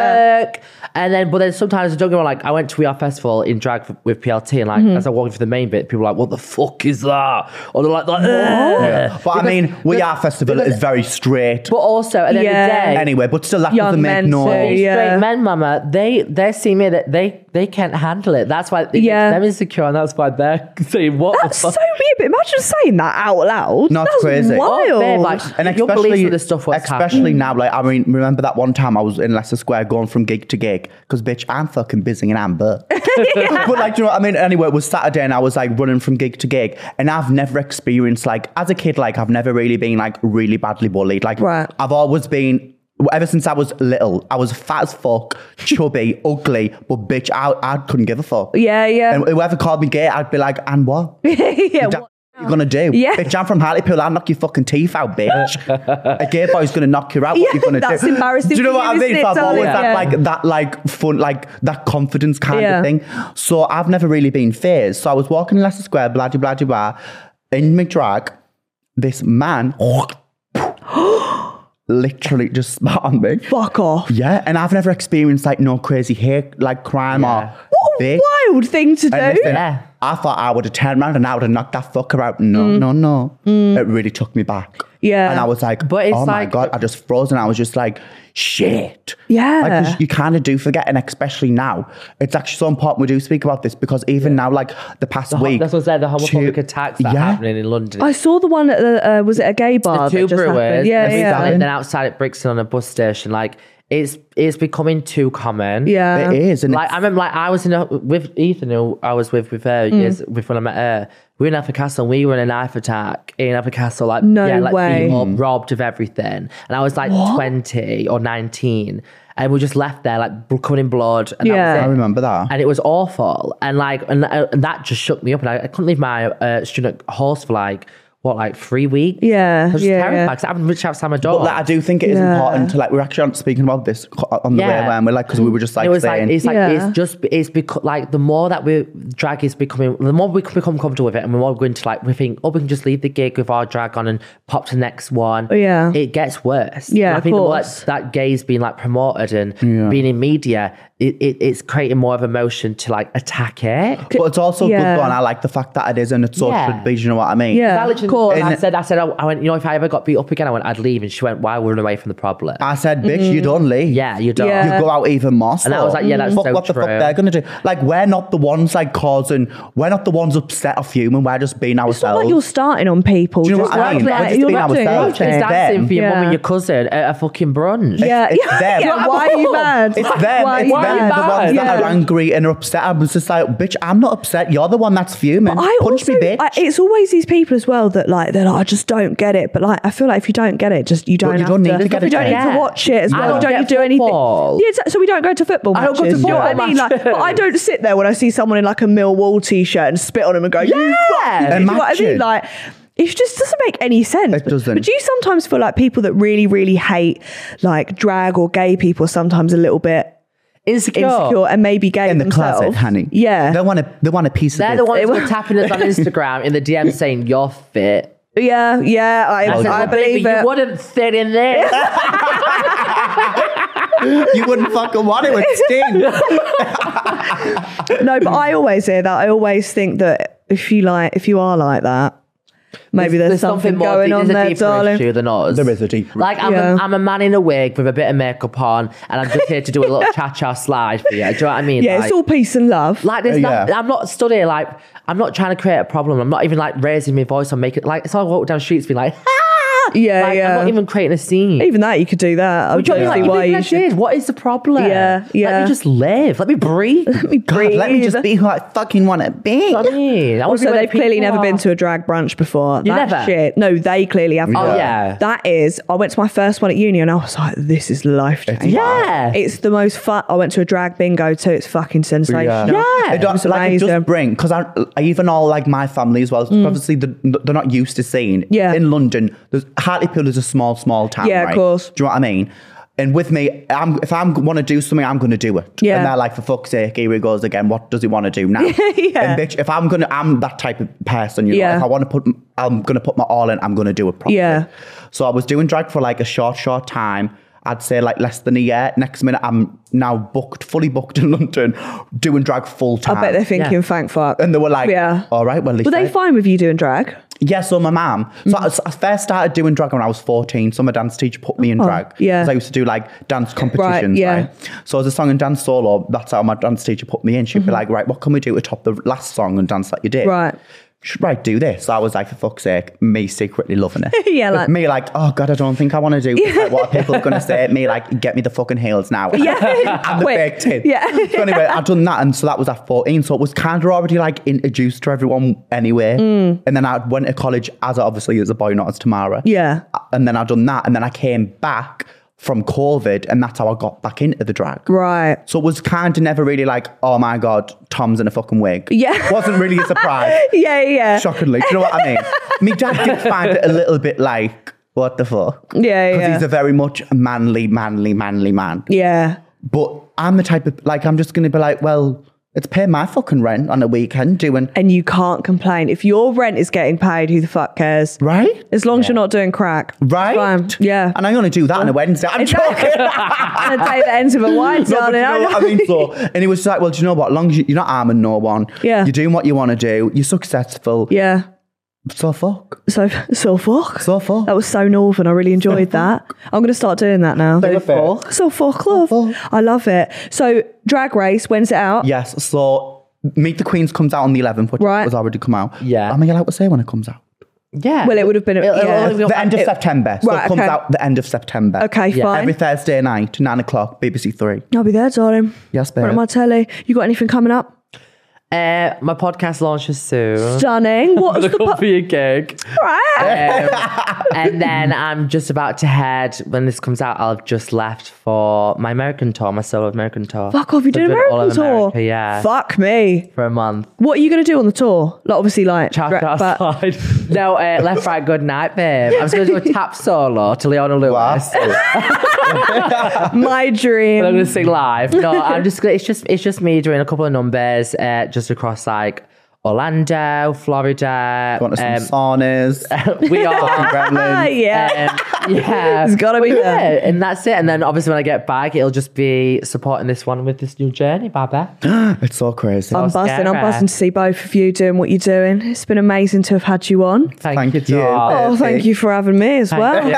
S2: work, and then but then sometimes don't get me wrong, like I went to We Are Festival in drag f- with PLT, and like
S1: Mm-hmm.
S2: as I walked through the main bit, people were like, what the fuck is that? Or they're like, like "Ugh."
S3: But I mean, We Are Festival is very straight.
S2: but also at the
S1: Yeah.
S2: end of the day,
S3: anyway, but still that
S1: Young
S3: doesn't make
S1: men
S3: noise.
S1: too.
S2: Straight
S1: Yeah.
S2: men, mama, they they see me that they they can't handle it. That's why it makes
S1: Yeah.
S2: them insecure, and that's why they're saying what
S1: That's so
S2: the fuck.
S1: weird. But imagine saying that out loud.
S3: Not
S1: That's
S3: crazy.
S1: Wild.
S2: Oh, babe, like,
S3: and
S2: you're
S3: especially
S2: believing the stuff what's
S3: especially
S2: happening.
S3: now. Like I mean, remember that one time I was in Leicester Square going from gig to gig because bitch, I'm fucking busy and I'm but. But like, do you know what I mean? Anyway, it was Saturday and I was like running from gig to gig, and I've never experienced like as a kid, like I've never really been like really badly bullied. Like
S1: Right.
S3: I've always been. Ever since I was little, I was fat as fuck, chubby, ugly, but bitch, I, I couldn't give a fuck.
S1: Yeah, yeah.
S3: And whoever called me gay, I'd be like, and what?
S1: yeah,
S3: What you gonna do?
S1: Yeah.
S3: Bitch, I'm from Hartlepool. I'll knock your fucking teeth out, bitch. a gay boy's gonna knock you out.
S1: Yeah,
S3: what you gonna
S1: that's
S3: do?
S1: embarrassing
S3: Do you know
S1: for
S3: what I
S1: you, isn't
S3: mean?
S1: it,
S3: So I've always
S1: darling?
S3: had
S1: Yeah.
S3: like that, like fun, like that confidence kind
S1: Yeah.
S3: of thing. So I've never really been phased. So I was walking in Leicester Square, blah de blah de blah, in my drag. This man literally just spat on me.
S1: fuck off.
S3: Yeah, and I've never experienced like no crazy hair like crime or
S1: What a
S3: bitch.
S1: wild thing to do.
S3: And listen,
S2: Yeah.
S3: I thought I would have turned around and I would have knocked that fucker out. No, no, no. It really took me back.
S1: Mm. Yeah.
S3: And I was like,
S2: But it's
S3: oh my
S2: like-
S3: God, I just froze and I was just like, shit.
S1: Yeah.
S3: Like, 'cause you kind of do forget, and especially now, it's actually so important we do speak about this because even now, like the past
S2: The ho-
S3: week.
S2: that's what I said. The homophobic
S3: two-
S2: attacks that are
S3: yeah.
S2: happening in London.
S1: I saw the one at the, uh, was it a gay bar?
S2: the
S1: that
S2: two
S1: just happened?
S2: brewers,
S1: Yeah,
S2: and
S1: yeah.
S2: then outside at Brixton on a bus station, like it's it's becoming too common.
S1: Yeah.
S3: It is. And
S2: Like I
S3: it's-
S2: remember, like I was in a, with Ethan, who I was with with
S1: Mm.
S2: her years with when I met her. We were in Upper Castle, and we were in a knife attack in Upper Castle. Like
S1: No
S2: yeah, like
S1: way.
S2: beat up, robbed of everything, and I was like twenty or nineteen, and we just left there like bl- covered in blood. And
S1: Yeah.
S2: that was
S3: I
S2: it
S3: remember that.
S2: and it was awful. And like, and, uh, and that just shook me up. And I, I couldn't leave my uh, student halls for like what, like three weeks.
S1: Yeah,
S2: I was just
S1: yeah,
S2: terrified
S1: yeah.
S2: 'cause I haven't reached out to my
S3: but
S2: dog.
S3: like, I do think it is
S1: Yeah.
S3: important to like, we're actually on- speaking about this co- uh, on the way
S2: Yeah.
S3: when we're like, because we were just like
S2: it was
S3: saying,
S2: like it's like
S1: Yeah.
S2: it's just it's because like the more that we drag is becoming the more we can become comfortable with it and the more we're going to like we think oh we can just leave the gig with our drag on and pop to the next one
S1: Oh, Yeah.
S2: it gets worse
S1: Yeah,
S2: And I
S1: of
S2: think the more
S1: course.
S2: that, that gay's being like promoted and being in media it, it, it's creating more of emotion to like attack it.
S3: But it's also
S1: Yeah.
S3: good though, and I like the fact that it is, and it sort
S2: Yeah.
S3: of should be. Do you know what I mean?
S1: Yeah.
S2: I literally-
S1: of course.
S2: and I
S3: And-
S2: said, I said, I, I went, you know, if I ever got beat up again, I went, I'd leave. And she went, why? We're away from the problem.
S3: I said, bitch, you don't leave.
S2: yeah, you don't.
S1: Mm-hmm. Yeah.
S3: You go out even more.
S2: And I was like, yeah, that's
S3: fuck
S2: so
S3: what the fuck
S2: true.
S3: they're gonna do. Like, we're not the ones like causing. We're not the ones upset off human. We're just being
S1: It's not like
S3: ourselves.
S1: you're starting on people.
S3: Do you know
S1: just
S3: what I
S1: act
S3: mean?
S1: like
S3: We're just
S1: you're
S3: being
S1: not doing
S3: ourselves.
S1: anything.
S2: Just dancing
S3: them.
S2: for your mum
S1: Yeah.
S2: and your cousin at a fucking brunch.
S1: Yeah,
S3: It's
S1: yeah,
S3: them.
S1: yeah. Why are you mad?
S3: it's them.
S1: Why are
S3: it's
S1: you
S3: them.
S1: mad?
S3: The ones
S1: Yeah.
S3: that are angry and are upset. I was just like, bitch, I'm not upset. You're the one that's fuming.
S1: I
S3: Punch
S1: also,
S3: me, bitch.
S1: I, it's always these people as well that like they're like, I just don't get it. But like, I feel like if you don't get it, just you don't.
S3: you
S1: have
S3: don't need to
S1: You
S3: get it
S1: don't need
S3: then.
S1: to watch it as
S2: I
S1: well.
S2: don't
S1: Don't, you
S2: get
S1: do
S2: football.
S1: anything? Yeah, so- so we don't go to football
S2: I don't
S1: matches. you
S2: go to
S1: know
S2: football
S1: what I mean? Like,
S2: matches.
S1: but I don't sit there when I see someone in like a Millwall t-shirt and spit on him and go, yeah. You fucking-" you
S3: Imagine.
S1: know what I mean? Like. It just doesn't make any sense.
S3: It doesn't.
S1: But do you sometimes feel like people that really, really hate like drag or gay people are sometimes a little bit
S2: Insecure.
S1: insecure and maybe gay
S3: in the
S1: themselves?
S3: closet, honey.
S1: Yeah.
S3: They want a, they want a piece
S2: They're
S3: of
S2: the
S3: it.
S2: ones
S1: They
S2: who
S1: were-
S2: are tapping us on Instagram in the DM saying, you're fit.
S1: Yeah, yeah, I,
S2: said,
S1: I
S2: "Well, baby,
S1: believe it.
S2: You wouldn't fit in this.
S3: you wouldn't fucking want it. It would sting.
S1: No, but I always hear that. I always think that if you like, if you are like that, maybe there's, something, going
S2: deep-
S1: on
S2: there's a
S1: there,
S2: deeper
S1: darling.
S2: issue than us.
S3: There is a deep-
S2: Like I'm,
S1: Yeah.
S2: a, I'm a man in a wig with a bit of makeup on, and I'm just here to do a little cha cha slide for you. Do you know what I mean?
S1: Yeah,
S2: like,
S1: it's all peace and love.
S2: like this.
S3: Yeah.
S2: I'm not studying. Like I'm not trying to create a problem. I'm not even like raising my voice or making like. So I walk down streets being like, ah!
S1: Yeah,
S2: like,
S1: yeah.
S2: I'm not even creating a scene.
S1: even that, you could do that. I
S2: Do you
S1: don't
S2: know what I
S1: see
S2: mean? Like,
S1: why
S2: even
S1: you
S2: if I
S1: should.
S2: did, what is the problem?
S1: Yeah,
S2: Let
S1: yeah.
S2: me just live. Let me breathe. Let me
S3: God, let me just
S1: Breathe.
S3: be who I fucking want to be.
S2: I mean, I wanna be
S1: Also,
S2: where the
S1: they've clearly
S2: people
S1: never
S2: are.
S1: been to a drag brunch before.
S2: You
S1: that
S2: never?
S1: shit. No, they clearly haven't.
S2: Oh, yeah.
S1: That is, I went to my first one at uni and I was like, this is life changing.
S2: Yeah.
S1: It's the most fun. I went to a drag bingo too. It's fucking sensational.
S2: Yeah.
S3: It don't-
S1: It's
S3: like it
S1: amazing. Mm.
S3: does bring because I, I even all like my family as well. Obviously, the, they're not used to seeing.
S1: Yeah.
S3: In London, there's Hartlepool is a small, small town.
S1: Yeah, of
S3: right?
S1: course.
S3: Do you know what I mean? And with me, I'm, if I want to do something, I'm going to do it.
S1: Yeah.
S3: And they're like, for fuck's sake, here he goes again. What does he want to do now?
S1: Yeah.
S3: And bitch, if I'm gonna, I'm that type of person. You
S1: Yeah.
S3: know, if I want to put, m- I'm gonna put my all in. I'm gonna do it properly.
S1: Yeah.
S3: So I was doing drag for like a short, short time. I'd say like less than a year. Next minute, I'm now booked, fully booked in London, doing drag full time.
S1: I bet they're thinking,
S2: Yeah.
S1: thank fuck.
S3: And they were like,
S1: yeah.
S3: all right, well, at least
S1: Were they
S3: I-
S1: fine with you doing drag?
S3: yeah, so my mum. So I, so I first started doing drag when I was 14. So my dance teacher put me in
S1: Oh,
S3: drag.
S1: yeah.
S3: 'Cause I used to do like dance competitions, right?
S1: yeah.
S3: So as a song and dance solo, that's how my dance teacher put me in. She'd be like, right, what can we do to top the last song and dance that you did?
S1: Mm-hmm. Right.
S3: She'd, right, do this. So I was like, for fuck's sake, me secretly loving it.
S1: Yeah,
S3: But
S1: like-
S3: me like, oh God, I don't think I want to do this. Like, what are people going to say at me? Like, get me the fucking heels now.
S1: Yeah.
S3: and the
S1: Quick.
S3: baked tin.
S1: Yeah.
S3: So anyway, I'd done that, and so that was at 14. So it was kind of already like introduced to everyone anyway.
S1: Mm.
S3: And then I went to college as obviously as a boy, not as Tamara.
S1: Yeah.
S3: And then I'd done that, and then I came back from COVID, and that's how I got back into the drag.
S1: Right.
S3: So it was kind of never really like, oh my god, Tom's in a fucking wig.
S1: Yeah.
S3: wasn't really a surprise.
S1: Yeah, yeah.
S3: Shockingly, do you know what I mean? Me dad did find it a little bit like, what the fuck?
S1: Yeah,
S3: Because
S1: yeah.
S3: he's a very much manly, manly, manly man.
S1: yeah.
S3: But I'm the type of like I'm just gonna be like, well, it's paying my fucking rent on a weekend doing
S1: And you can't complain. If your rent is getting paid, who the fuck cares?
S3: right,
S1: As long as you're not doing crack. It's
S3: right,
S1: Fine. Yeah.
S3: And I only do that on a Wednesday. I'm
S1: Exactly.
S3: joking.
S1: I'm going to take the ends of a wine,
S3: No, but
S1: darling.
S3: you know
S1: I
S3: what I
S1: know.
S3: mean, so, and he was just like, well, do you know what? As long as you- you're not harming no one,
S1: Yeah.
S3: you're doing what you want to do, you're successful.
S1: Yeah.
S3: So fuck.
S1: So, so fuck.
S3: So fuck.
S1: That was so northern. I really enjoyed that. I'm going to start doing that now.
S3: So fuck.
S1: So fuck, love.
S3: fuck.
S1: I love it. So, Drag Race, when's it out?
S3: Yes. So Meet the Queens comes out on the 11th, which
S1: Right.
S3: has already come out.
S2: Yeah.
S3: Am I allowed to say when it comes out?
S2: Yeah.
S1: Well, it would have been.
S2: It'll- it'll
S1: yeah.
S2: only be on-
S3: The end of
S1: it-
S3: September. So
S1: Right,
S3: it comes
S1: okay.
S3: out the end of September.
S1: Okay,
S2: Yeah.
S1: fine.
S3: Every Thursday night, nine o'clock, BBC Three.
S1: I'll be there, darling.
S3: Yes, babe.
S1: Front of my telly. You got anything coming up?
S2: Uh, my podcast launches soon.
S1: Stunning. What's the
S2: Look
S1: po-
S2: for your gig.
S1: right?
S2: and then I'm just about to head. When this comes out, I'll have just left for my American tour, my solo American tour.
S1: Fuck off! You
S2: So
S1: did
S2: doing it all
S1: American
S2: in
S1: tour.
S2: America, yeah,
S1: Fuck me.
S2: for a month.
S1: What are you gonna do on the tour? Like obviously, like
S2: Cha
S1: dra-
S2: cha
S1: but-
S2: slide. No, uh, left, right, good night, babe. I'm just gonna do a tap solo to Leona Lewis.
S1: my
S2: I'm
S1: dream.
S2: gonna sing live. No, I'm just. gonna- It's just. It's just me doing a couple of numbers, uh, just across like Orlando, Florida.
S3: want us
S2: um,
S3: some saunas?
S2: we are.
S1: Ah,
S3: gremlins.
S1: yeah.
S2: um, yeah,
S1: It's gotta be
S2: But
S1: there.
S2: yeah, and that's it. And then obviously when I get back, it'll just be supporting this one with this new journey, Baba.
S3: It's so crazy.
S1: I'm
S2: Oscar.
S1: buzzing. I'm buzzing to see both of you doing what you're doing. It's been amazing to have had you on.
S2: Thank,
S3: Thank
S2: you,
S3: you.
S2: darling.
S1: Oh, thank you for having me as well.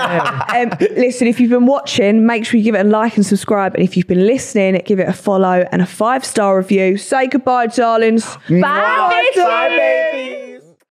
S1: um, listen, if you've been watching, make sure you give it a like and subscribe. And if you've been listening, give it a follow and a five star review. Say goodbye, darlings.
S3: Bye,
S1: bitches.
S3: bye,